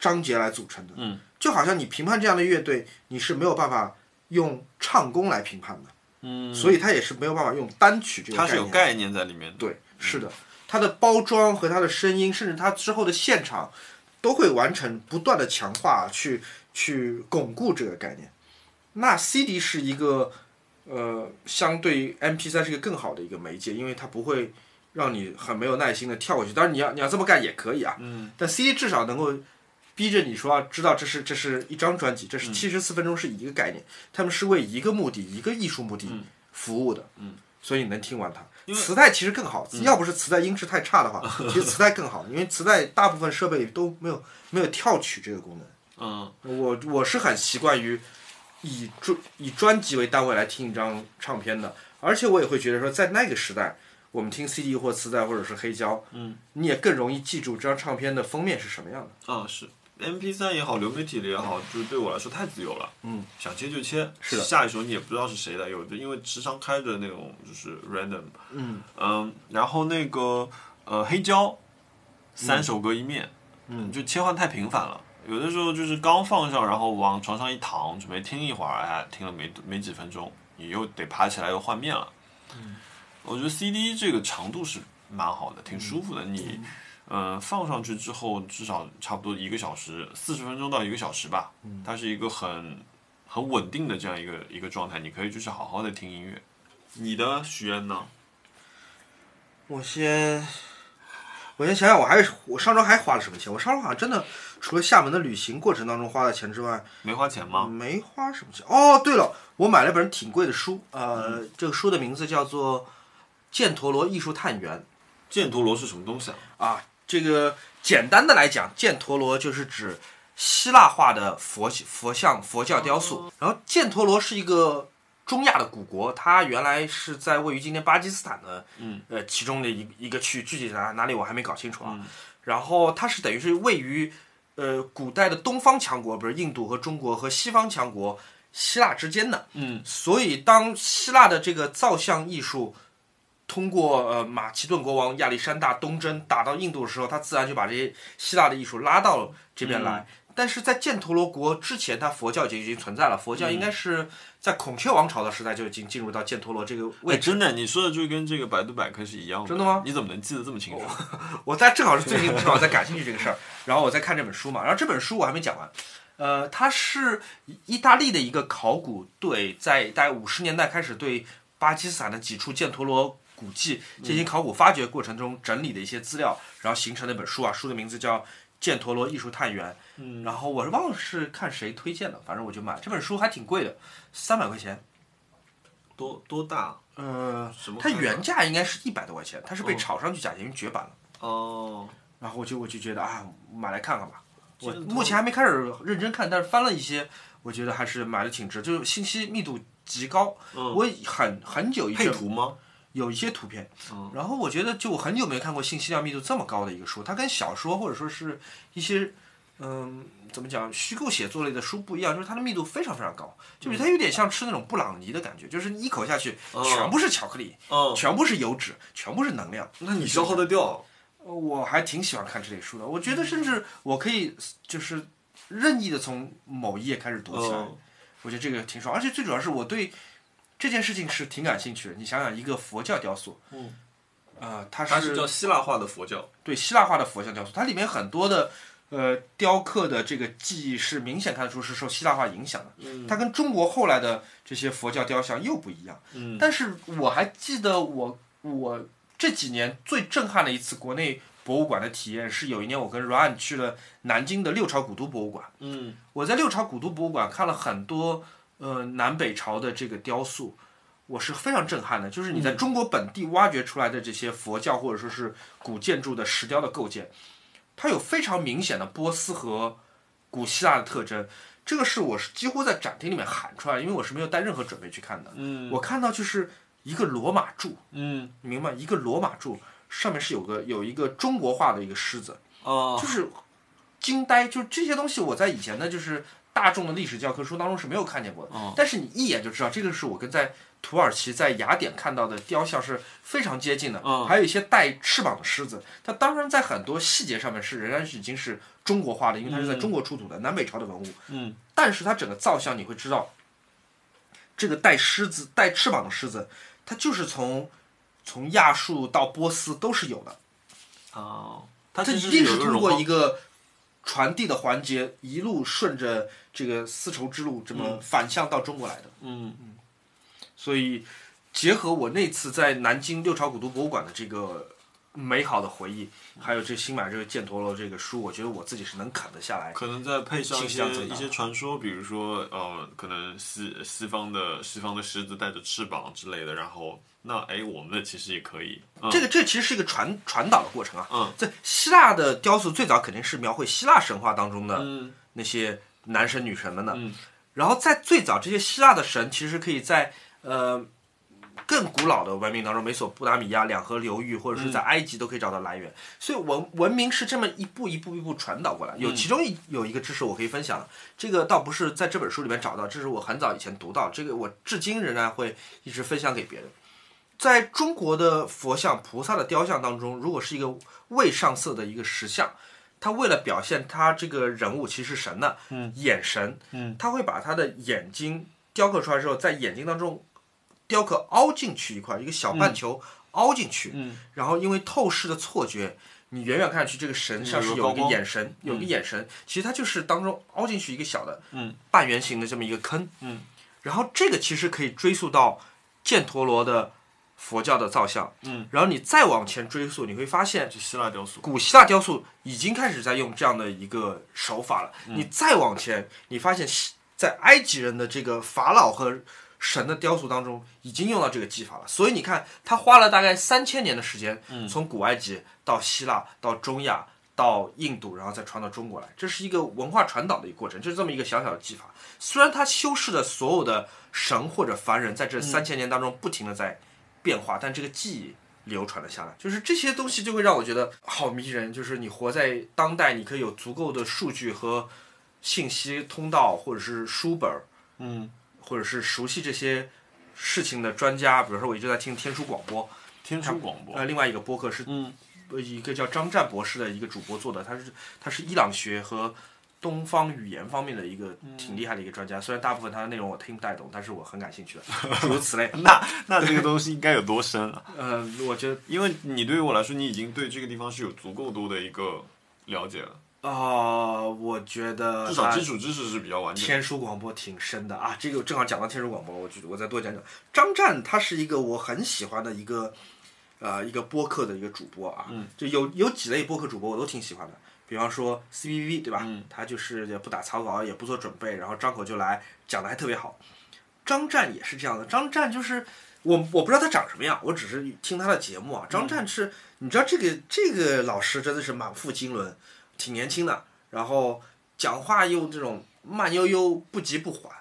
S2: 章节来组成的。
S1: 嗯，
S2: 就好像你评判这样的乐队，你是没有办法用唱功来评判的，
S1: 嗯，
S2: 所以它也是没有办法用单曲这个
S1: 它是
S2: 概
S1: 有
S2: 念。
S1: 概念在里面的。嗯
S2: 对，是的，它的包装和它的声音，甚至它之后的现场，都会完成不断的强化，去去巩固这个概念。那 CD 是一个，呃，相对 MP3 是一个更好的一个媒介，因为它不会让你很没有耐心的跳过去。当然，你要你要这么干也可以啊，
S1: 嗯
S2: 但 CD 至少能够逼着你说啊，知道这是这是一张专辑，这
S1: 嗯
S2: 是七十四分钟是一个概念，他们是为一个目的、一个艺术目的服务的，
S1: 嗯，
S2: 所以你能听完它。
S1: 因为嗯
S2: 磁带其实更好，要不是磁带音质太差的
S1: [LAUGHS]
S2: 话，其实磁带更好，因为磁带大部分设备都没有没有跳取这个功
S1: 嗯，
S2: 能。我我是很习惯于以专以专辑为单位来听一张唱片的，而且我也会觉得说，在那个时代，我们听 CD 或磁带或者是黑胶，
S1: 嗯，
S2: 你也更容易记住这张唱片的封面是什么样的。
S1: 啊是，MP 三也好，流媒体的也好，就是对我来说太自由了。
S2: 嗯，
S1: 想切就切。
S2: 是的
S1: 下一首你也不知道是谁的，有的因为时常开着那种就是 random。
S2: 嗯
S1: 嗯，然后那个呃黑胶，三首歌一面，
S2: 嗯，
S1: 就切换太频繁了。有的时候就是刚放上，然后往床上一躺，准备听一会儿，哎，听了没没几分钟，你又得爬起来又换面了。我觉得 CD 这个长度是蛮好的，挺舒服的。你，嗯、放上去之后，至少差不多一个小时，四十分钟到一个小时吧。它是一个很很稳定的这样一个一个状态，你可以就是好好的听音乐。你的许愿呢？
S2: 我先，我先想想，我还我上周还花了什么钱？我上周好像真的除了厦门的旅行过程当中花的钱之外，
S1: 没花钱吗？
S2: 没花什么钱。哦，对了，我买了本挺贵的书，呃，这个书的名字叫做《犍陀罗艺术探源》
S1: 犍陀罗是什么东西啊？
S2: 啊。这个简单的来讲，犍陀罗就是指希腊化的佛佛像、佛教雕塑。然后，犍陀罗是一个中亚的古国，它原来是在位于今天巴基斯坦的，
S1: 嗯，
S2: 呃，其中的一一个区，具体哪哪里我还没搞清楚啊。然后它是等于是位于呃古代的东方强国，不是印度和中国和西方强国希腊之间的。
S1: 嗯，
S2: 所以当希腊的这个造像艺术通过呃马其顿国王亚历山大东征打到印度的时候，他自然就把这些希腊的艺术拉到了这边来。但是在犍陀罗国之前，它佛教就已经存在了。佛教应该是在孔雀王朝的时代就已经进入到犍陀罗这个位
S1: 哎，
S2: 置。
S1: 真的，你说的就跟这个百度百科是一样的。哦
S2: 真的吗
S1: 你怎么能记得这么清楚？
S2: 我在正好是最近正好在感兴趣
S1: [LAUGHS]
S2: 这个事儿，然后我在看这本书嘛，然后这本书我还没讲完，呃，它是意大利的一个考古队在大概五十年代开始对巴基斯坦的几处犍陀罗古迹
S1: 嗯
S2: 进行考古发掘过程中整理的一些资料，然后形成的一本书啊，书的名字叫。犍陀罗艺术探源，
S1: 嗯
S2: 然后我是忘了是看谁推荐的，反正我就买了这本书，还挺贵的，三百块钱。
S1: [LAUGHS] 多多大？
S2: 呃，
S1: 什么
S2: 它
S1: 看法？
S2: 原价应该是一百多块钱，它是被
S1: 哦
S2: 炒上去价钱，因为绝版了。
S1: 哦，
S2: 然后我就我就觉得啊，买来看看吧。我
S1: 这个
S2: 目前还没开始认真看，但是翻了一些，我觉得还是买的挺值，就是信息密度极高。
S1: 嗯
S2: 我很很久一
S1: 配
S2: 阵
S1: 图吗？
S2: 有一些图片。
S1: 嗯
S2: 然后我觉得，就我很久没看过信息量密度这么高的一个书，它跟小说或者说是一些，嗯，怎么讲，虚构写作类的书不一样，就是它的
S1: 嗯
S2: 密度非常非常高，就是它有点像吃那种布朗尼的感觉，就是你一口下去
S1: 哦
S2: 全部是巧克力，
S1: 嗯，
S2: 全部是油脂，全部是能量。
S1: 那你消耗得掉？
S2: 呃我还挺喜欢看这类书的，我觉得甚至我可以就是任意的从某一页开始读起来，
S1: 嗯
S2: 我觉得这个挺爽，而且最主要是我对这件事情是挺感兴趣的。你想想，一个佛教雕塑，
S1: 嗯，
S2: 呃，它
S1: 它
S2: 是
S1: 是叫希腊化的佛教，
S2: 对希腊化的佛像雕塑，它里面很多的呃雕刻的这个技艺是明显看得出是受希腊化影响的，
S1: 嗯
S2: 它跟中国后来的这些佛教雕像又不一样。
S1: 嗯，
S2: 但是我还记得我我这几年最震撼的一次国内博物馆的体验是有一年我跟 Ryan 去了南京的六朝古都博物馆。
S1: 嗯
S2: 我在六朝古都博物馆看了很多呃南北朝的这个雕塑，我是非常震撼的。就是你在中国本地挖掘出来的这些佛教或者说是古建筑的石雕的构件，它有非常明显的波斯和古希腊的特征。这个是我是几乎在展厅里面喊出来，因为我是没有带任何准备去看的。
S1: 嗯
S2: 我看到就是一个罗马柱，
S1: 嗯
S2: 你明白？一个罗马柱上面是有个有一个中国画的一个狮子，
S1: 啊
S2: 就是惊呆，就是这些东西我在以前的就是大众的历史教科书当中是没有看见过的，
S1: 嗯
S2: 但是你一眼就知道这个是我跟在土耳其在雅典看到的雕像是非常接近的，
S1: 嗯
S2: 还有一些带翅膀的狮子，它当然在很多细节上面是仍然是已经是中国化的，因为它是在中国出土的、南北朝的文物，
S1: 嗯
S2: 但是它整个造像你会知道，这个带狮子、带翅膀的狮子，它就是从从亚述到波斯都是有的。
S1: 啊，它
S2: 它
S1: 其
S2: 一
S1: 实
S2: 定
S1: 有
S2: 是
S1: 一个
S2: 通
S1: 融
S2: 过
S1: 合
S2: 一个传递的环节，一路顺着这个丝绸之路这么反向到中国来的。
S1: 嗯
S2: 所以，结合我那次在南京六朝古都博物馆的这个美好的回忆，还有这新买这个《犍陀罗》这个书，我觉得我自己是能啃得下来。
S1: 可能再配上一
S2: 信息量
S1: 些
S2: 增大
S1: 一些传说，比如说呃，可能西西方的西方的狮子带着翅膀之类的，然后那哎，我们的其实也可以，嗯
S2: 这个这其实是一个传传导的过程啊。
S1: 嗯
S2: 在希腊的雕塑最早肯定是描绘希腊神话当中的
S1: 嗯
S2: 那些男神女神们的。
S1: 嗯
S2: 然后在最早，这些希腊的神其实可以在呃更古老的文明当中，美索不达米亚两河流域，或
S1: 嗯
S2: 者是在埃及都可以找到来源。所以文文明是这么一步一步一步传导过来。
S1: 嗯
S2: 有其中一有一个知识我可以分享的，这个倒不是在这本书里面找到，这是我很早以前读到，这个我至今仍然会一直分享给别人。在中国的佛像、菩萨的雕像当中，如果是一个未上色的一个石像，他为了表现他这个人物其实是神的，
S1: 嗯，
S2: 眼神，
S1: 嗯，
S2: 他会把他的眼睛雕刻出来之后，在眼睛当中雕刻凹进去一块，一个小半球凹进去，
S1: 嗯，
S2: 然后因为透视的错觉，你远远看去这个神像
S1: 有个
S2: 是有
S1: 高
S2: 一个
S1: 光
S2: 眼神，有一个眼神，其实它就是当中凹进去一个小的，
S1: 嗯，
S2: 半圆形的这么一个坑，
S1: 嗯，
S2: 然后这个其实可以追溯到犍陀罗的佛教的造像，
S1: 嗯，
S2: 然后你再往前追溯，你会发现
S1: 就希腊雕塑，
S2: 古希腊雕塑已经开始在用这样的一个手法了。你再往前，你发现西在埃及人的这个法老和神的雕塑当中，已经用到这个技法了。所以你看，他花了大概三千年的时间，从古埃及到希腊，到中亚，到印度，然后再传到中国来，这是一个文化传导的一个过程，就是这么一个小小的技法。虽然他修饰的所有的神或者凡人在这三千年当中不停的在变化，但这个记忆流传了下来。就是这些东西就会让我觉得好迷人，就是你活在当代，你可以有足够的数据和信息通道，或者是书本儿，
S1: 嗯，
S2: 或者是熟悉这些事情的专家。比如说，我一直在听天书广播，
S1: 天书广播，
S2: 呃，另外一个播客是
S1: 嗯
S2: 呃一个叫张湛博士的一个主播做的，他是他是伊朗学和东方语言方面的一个
S1: 嗯
S2: 挺厉害的一个专家，虽然大部分他的内容我听不太懂，但是我很感兴趣的，诸如
S1: [LAUGHS]
S2: 此类。
S1: 那那这个东西应该有多深啊？ [LAUGHS]
S2: 呃，我觉得
S1: 因为你对于我来说，你已经对这个地方是有足够多的一个了解了，
S2: 啊、我觉得
S1: 至少
S2: 他
S1: 基础知呃识是比较完整的。
S2: 天书广播挺深的啊，这个正好讲到天书广播了，我就我再多讲讲。张湛他是一个我很喜欢的一个呃一个播客的一个主播啊，
S1: 嗯
S2: 就有有几类播客主播我都挺喜欢的，比方说 C B V 对吧？
S1: 嗯
S2: 他就是也不打草稿，也不做准备，然后张口就来，讲的还特别好。张湛也是这样的，张湛就是我我不知道他长什么样，我只是听他的节目啊。张湛是、你知道这个这个老师真的是满腹经纶，挺年轻的，然后讲话又这种慢悠悠、不急不缓，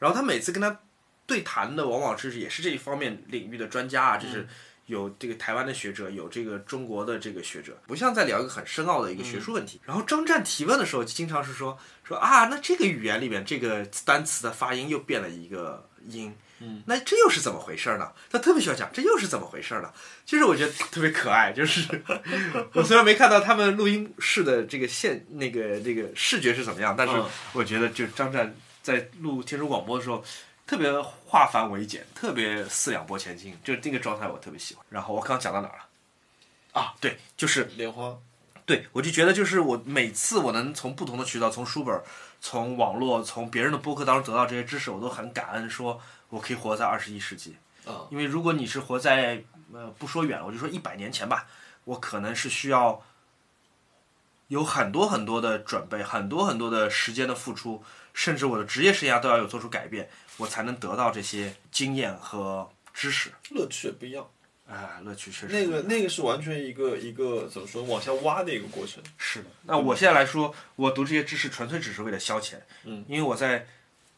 S2: 然后他每次跟他对谈的往往就是也是这一方面领域的专家啊，就是有这个台湾的学者，有这个中国的这个学者，不像在聊一个很深奥的一个学术问题。然后张湛提问的时候，经常是说说啊，那这个语言里面这个单词的发音又变了一个音，嗯，那这又是怎么回事呢？他特别喜欢讲这又是怎么回事呢？就是我觉得特别可爱，就是 [LAUGHS] 我虽然没看到他们录音室的这个现那个那个视觉是怎么样，但是
S1: 嗯
S2: 我觉得就张湛在录天书广播的时候。特别化繁为简，特别四两拨千斤，就是那个状态我特别喜欢。然后我刚刚讲到哪儿了？啊，对，就是
S1: 莲花，
S2: 对，我就觉得就是我每次我能从不同的渠道，从书本儿、从网络、从别人的播客当中得到这些知识，我都很感恩，说我可以活在二十一世纪。
S1: 嗯，
S2: 因为如果你是活在呃不说远了，我就说一百年前吧，我可能是需要有很多很多的准备，很多很多的时间的付出，甚至我的职业生涯都要有做出改变，我才能得到这些经验和知识。
S1: 乐趣也不一样。
S2: 啊，乐趣确实
S1: 那个那个是完全一个一个怎么说往下挖的一个过程。
S2: 是的。那我现在来说，我读这些知识纯粹只是为了消遣，嗯，因为我在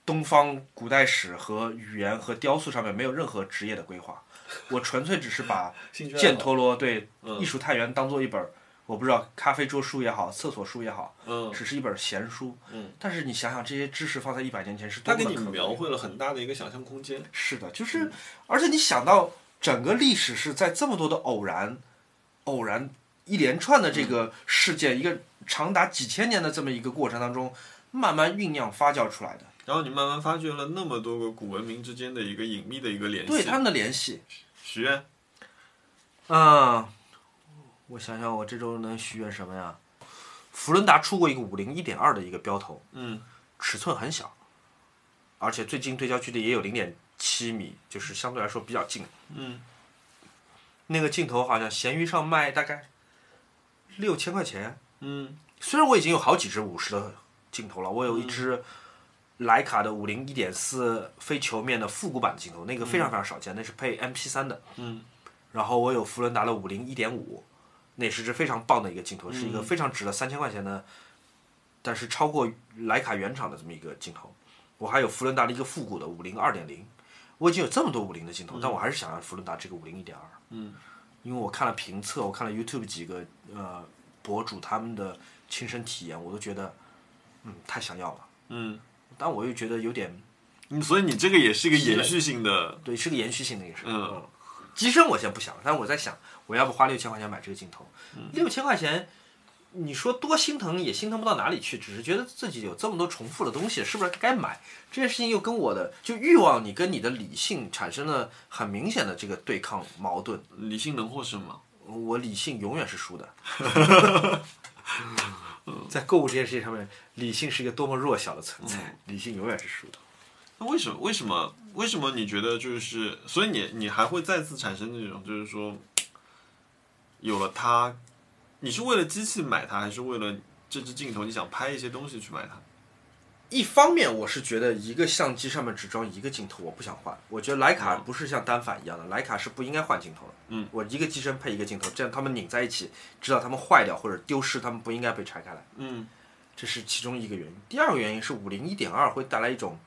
S2: 东方古代史和语言和雕塑上面没有任何职业的
S1: [LAUGHS]
S2: 规划，我纯粹只是把
S1: 兴趣爱好
S2: 犍陀罗对
S1: 嗯
S2: 艺术探源当做一本儿，我不知道咖啡桌书也好，厕所书也好，
S1: 嗯，
S2: 只是一本闲书，
S1: 嗯，
S2: 但是你想想这些知识放在一百年前是
S1: 他
S2: 多么
S1: 给
S2: 的
S1: 你
S2: 可贵。
S1: 描绘了很大的一个想象空间。
S2: 是的，就是，而且你想到整个历史是在这么多的偶然、偶然一连串的这个事件，一个长达几千年的这么一个过程当中，慢慢酝酿发酵出来的，
S1: 然后你慢慢发掘了那么多个古文明之间的一个隐秘的一个联系。
S2: 对他们的联系。
S1: 许愿，
S2: 嗯，我想想，我这周能许愿什么呀？福伦达出过一个五零一点二的一个标头，
S1: 嗯，
S2: 尺寸很小，而且最近对焦距离也有零点七米，就是相对来说比较近。
S1: 嗯，
S2: 那个镜头好像闲鱼上卖大概六千块钱。
S1: 嗯，
S2: 虽然我已经有好几支五十的镜头了，我有一支徕卡的五零一点四非球面的复古版的镜头，那个非常非常少见，那是配 MP 三的。
S1: 嗯。
S2: 然后我有福伦达的五零一点五，那是支非常棒的一个镜头，是一个非常值得三千块钱的，但是超过徕卡原厂的这么一个镜头。我还有福伦达的一个复古的五零二点零，我已经有这么多五零的镜头，但我还是想要福伦达这个五零一点二。因为我看了评测，我看了 YouTube 几个呃博主他们的亲身体验，我都觉得，嗯，太想要了。
S1: 嗯，
S2: 但我又觉得有点
S1: 嗯所以你这个也是一个延续性的，
S2: 对，是个延续性的一个事儿。
S1: 嗯，
S2: 机身我先不想，但我在想，我要不花六千块钱买这个镜头？
S1: 嗯
S2: 六千块钱，你说多心疼也心疼不到哪里去，只是觉得自己有这么多重复的东西，是不是该买？这件事情又跟我的就欲望，你跟你的理性产生了很明显的这个对抗矛盾。
S1: 理性能获胜嘛？
S2: 我理性永远是输的。 [LAUGHS] 在购物这件事情上面，理性是一个多么弱小的存在，理性永远是输的。
S1: 那为什么？为什么？为什么你觉得就是？所以你你还会再次产生那种，就是说，有了它，你是为了机器买它，还是为了这支镜头你想拍一些东西去买它？
S2: 一方面，我是觉得一个相机上面只装一个镜头，我不想换。我觉得徕卡不是像单反一样的，徕卡是不应该换镜头的。
S1: 嗯，
S2: 我一个机身配一个镜头，这样它们拧在一起，直到它们坏掉或者丢失，它们不应该被拆开来。
S1: 嗯
S2: 这是其中一个原因。第二个原因是五零一点二会带来一种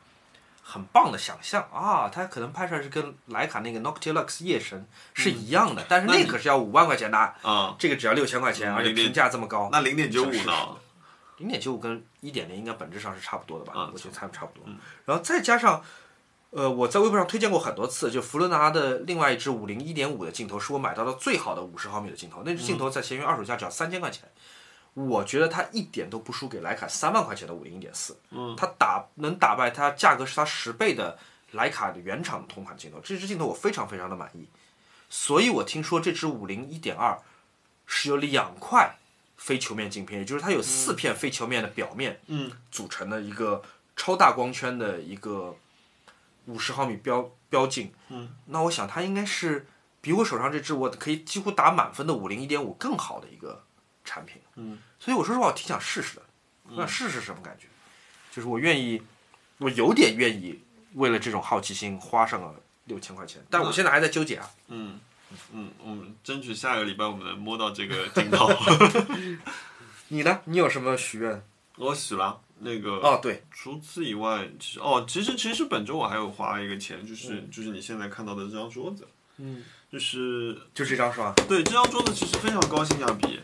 S2: 很棒的想象啊，它可能拍出来是跟徕卡那个 Noctilux 夜神是
S1: 嗯
S2: 一样的，但是那可是要五万块钱的，
S1: 啊，
S2: 这个只要六千块钱，
S1: 嗯
S2: 而且评价这么高，
S1: 那零点九五
S2: 是是
S1: 呢？
S2: 零点九五跟一点零应该本质上是差不多的吧？
S1: 嗯
S2: 我觉得啊差不差不多。然后再加上，呃，我在微博上推荐过很多次，就福伦达的另外一支五零一点五的镜头是我买到的最好的五十毫米的镜头，那支镜头在闲鱼二手价只要三千块钱，我觉得它一点都不输给徕卡三万块钱的五零一点四，
S1: 嗯，
S2: 它打能打败它价格是它十倍的徕卡的原厂同款镜头，这支镜头我非常非常的满意，所以我听说这支五零一点二是由两块非球面镜片，也就是它有四片非球面的表面，
S1: 嗯，
S2: 组成的一个超大光圈的一个五十毫米标标镜，
S1: 嗯，
S2: 那我想它应该是比我手上这支我可以几乎打满分的五零一点五更好的一个产品，
S1: 嗯，
S2: 所以我说实话，我挺想试试的，我想试试什么感觉，就是我愿意，我有点愿意为了这种好奇心花上了六千块钱，但我现在还在纠结啊，
S1: 嗯嗯，我们争取下个礼拜我们能摸到这个镜头。 [LAUGHS]
S2: 你呢？你有什么许愿？
S1: 我许了那个
S2: 哦，对，
S1: 除此以外，其实哦，其实其实本周我还有花一个钱，就是、就是你现在看到的这张桌子，
S4: 嗯，
S1: 就是
S2: 就这张是吧？
S1: 对这张桌子其实非常高性价比，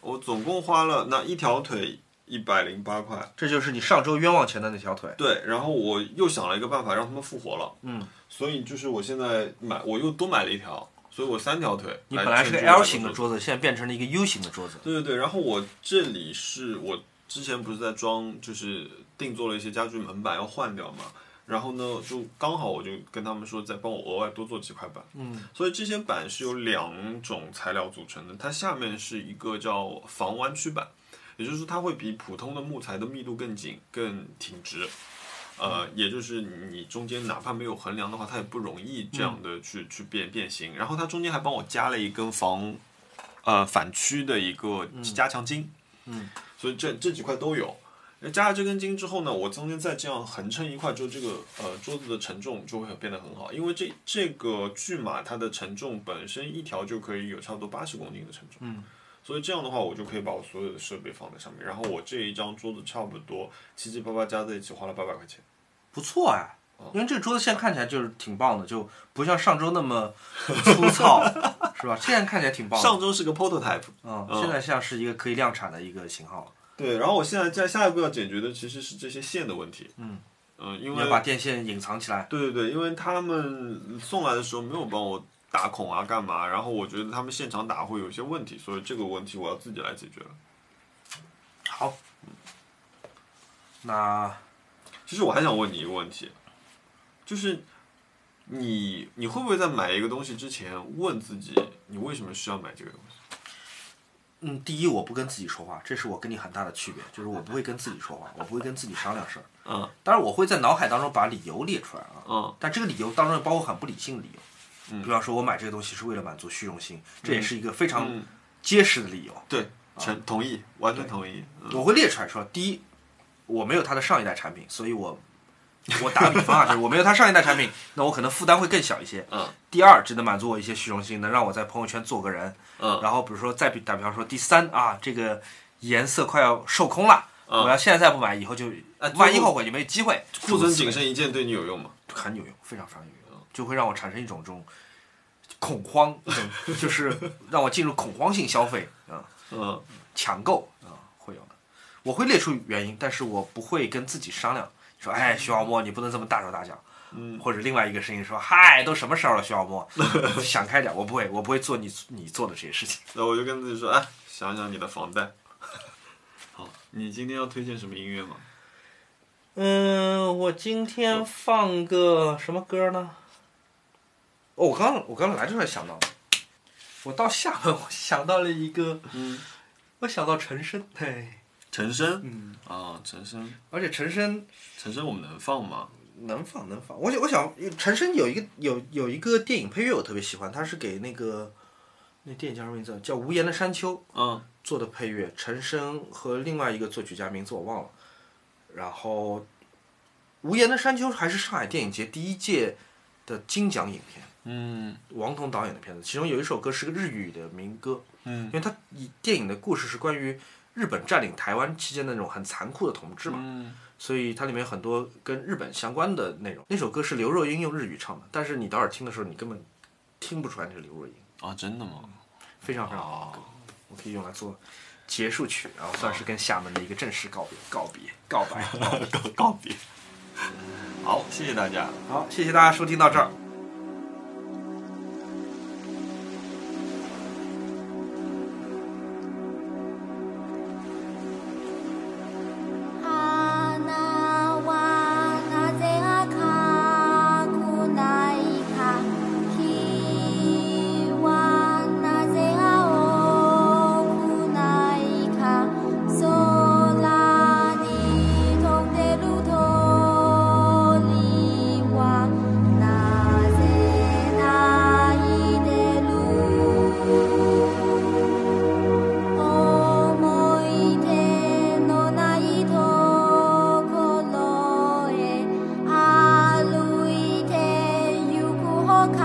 S1: 我总共花了那一条腿一百零八块。
S2: 这就是你上周冤枉钱的那条腿。
S1: 对，然后我又想了一个办法让他们复活了。
S2: 嗯，
S1: 所以就是我现在买，我又多买了一条，所以我三条腿。
S2: 你本来是个 L 型的。桌子，现在变成了一个 U 型的桌子。
S1: 对对对，然后我这里是我之前不是在装，就是定做了一些家具门板要换掉嘛。然后呢，就刚好我就跟他们说，再帮我额外多做几块板。
S4: 嗯，
S1: 所以这些板是由两种材料组成的，它下面是一个叫防弯曲板，也就是说它会比普通的木材的密度更紧、更挺直。呃，也就是你中间哪怕没有横梁的话，它也不容易这样的去、去变变形。然后它中间还帮我加了一根防呃反曲的一个加强筋，
S4: 嗯
S1: 所以这这几块都有。那加了这根筋之后呢，我中间再这样横撑一块，就这个呃桌子的承重就会变得很好，因为这这个巨马它的承重本身一条就可以有差不多八十公斤的承重，
S4: 嗯，
S1: 所以这样的话我就可以把我所有的设备放在上面，然后我这一张桌子差不多七七八八加在一起花了八百块钱，
S2: 不错哎，因为这个桌子现在看起来就是挺棒的，就不像上周那么粗糙，是吧？现在看起来挺棒的，
S1: 上周是个 prototype，
S2: 嗯，现在像是一个可以量产的一个型号了。
S1: 对，然后我现在在下一步要解决的其实是这些线的问题，
S2: 嗯
S1: 嗯，因
S2: 你
S1: 为
S2: 要把电线隐藏起来，
S1: 对对对，因为他们送来的时候没有帮我打孔啊，干嘛？然后我觉得他们现场打会有一些问题，所以这个问题我要自己来解决了。
S2: 好。那
S1: 其实我还想问你一个问题，就是你你会不会在买一个东西之前问自己，你为什么需要买这个东西？
S2: 嗯，第一，我不跟自己说话，这是我跟你很大的区别，就是我不会跟自己说话，我不会跟自己商量事儿。
S1: 嗯
S2: 当然，我会在脑海当中把理由列出来啊，
S1: 嗯
S2: 但这个理由当中包括很不理性的理由，
S1: 嗯
S2: 比方说我买这个东西是为了满足虚荣心，这也是一个非常
S1: 嗯，
S2: 结实的理由。
S1: 对，全同意，完全同意。嗯
S2: 我会列出来说，第一，我没有他的上一代产品，所以我我打比方啊，就是我没有他上一代产品，那我可能负担会更小一些。
S1: 嗯
S2: 第二，只能满足我一些虚荣心，能让我在朋友圈做个人。
S1: 嗯
S2: 然后比如说再比打比方说，第三啊，这个颜色快要售空了，
S1: 嗯
S2: 我要现在再不买，以后就
S1: 哎最后
S2: 万一后悔就没机会。
S1: 库存仅剩一件对你有用吗？
S2: 很有用，非常非常有用，就会让我产生一种这种恐慌，一种就是让我进入恐慌性消费啊、
S1: 嗯
S2: 抢购啊、会有的。我会列出原因，但是我不会跟自己商量，说哎，徐小沫你不能这么大手大脚，
S1: 嗯
S2: 或者另外一个声音说嗨，都什么时候了，徐小沫，想开点，我不会，我不会做你你做的这些事情。
S1: 那我就跟自己说，哎，想想你的房贷。 [LAUGHS] 好，你今天要推荐什么音乐吗？
S2: 嗯，我今天放个什么歌呢？哦，我刚我刚来这儿想到了，我到厦门，我想到了一个，
S1: 嗯，
S2: 我想到陈升，哎，
S1: 陈升
S2: 嗯，
S1: 啊，陈升，
S2: 而且陈升
S1: 陈升，我们能放吗？
S2: 能放能放，
S4: 我想我想陈升有一个有有一个电影配乐我特别喜欢，他是给那个那电影叫什么名字？叫《无言的山丘》。
S1: 嗯
S4: 做的配乐，陈升和另外一个作曲家名字我忘了。然后，《无言的山丘》还是上海电影节第一届的金奖影片，
S1: 嗯
S4: 王彤导演的片子，其中有一首歌是个日语的民歌，因
S1: 嗯
S4: 为它以电影的故事是关于日本占领台湾期间的那种很残酷的统治嘛，
S1: 嗯
S4: 所以它里面有很多跟日本相关的内容。那首歌是刘若英用日语唱的，但是你到耳听的时候，你根本听不出来那是刘若英，
S1: 啊，真的吗？
S4: 非常非常好。
S1: 啊，
S4: 我可以用来做结束曲，然后算是跟厦门的一个正式告别、告别、告白。
S1: [LAUGHS] 告告别。好，谢谢大家。
S2: 好，谢谢大家收听到这儿。
S5: 花はなぜ赤くないか火はなぜ青くないか空に飛んでる鳥はなぜ泣いてる思い出のないところへ歩いてゆくほか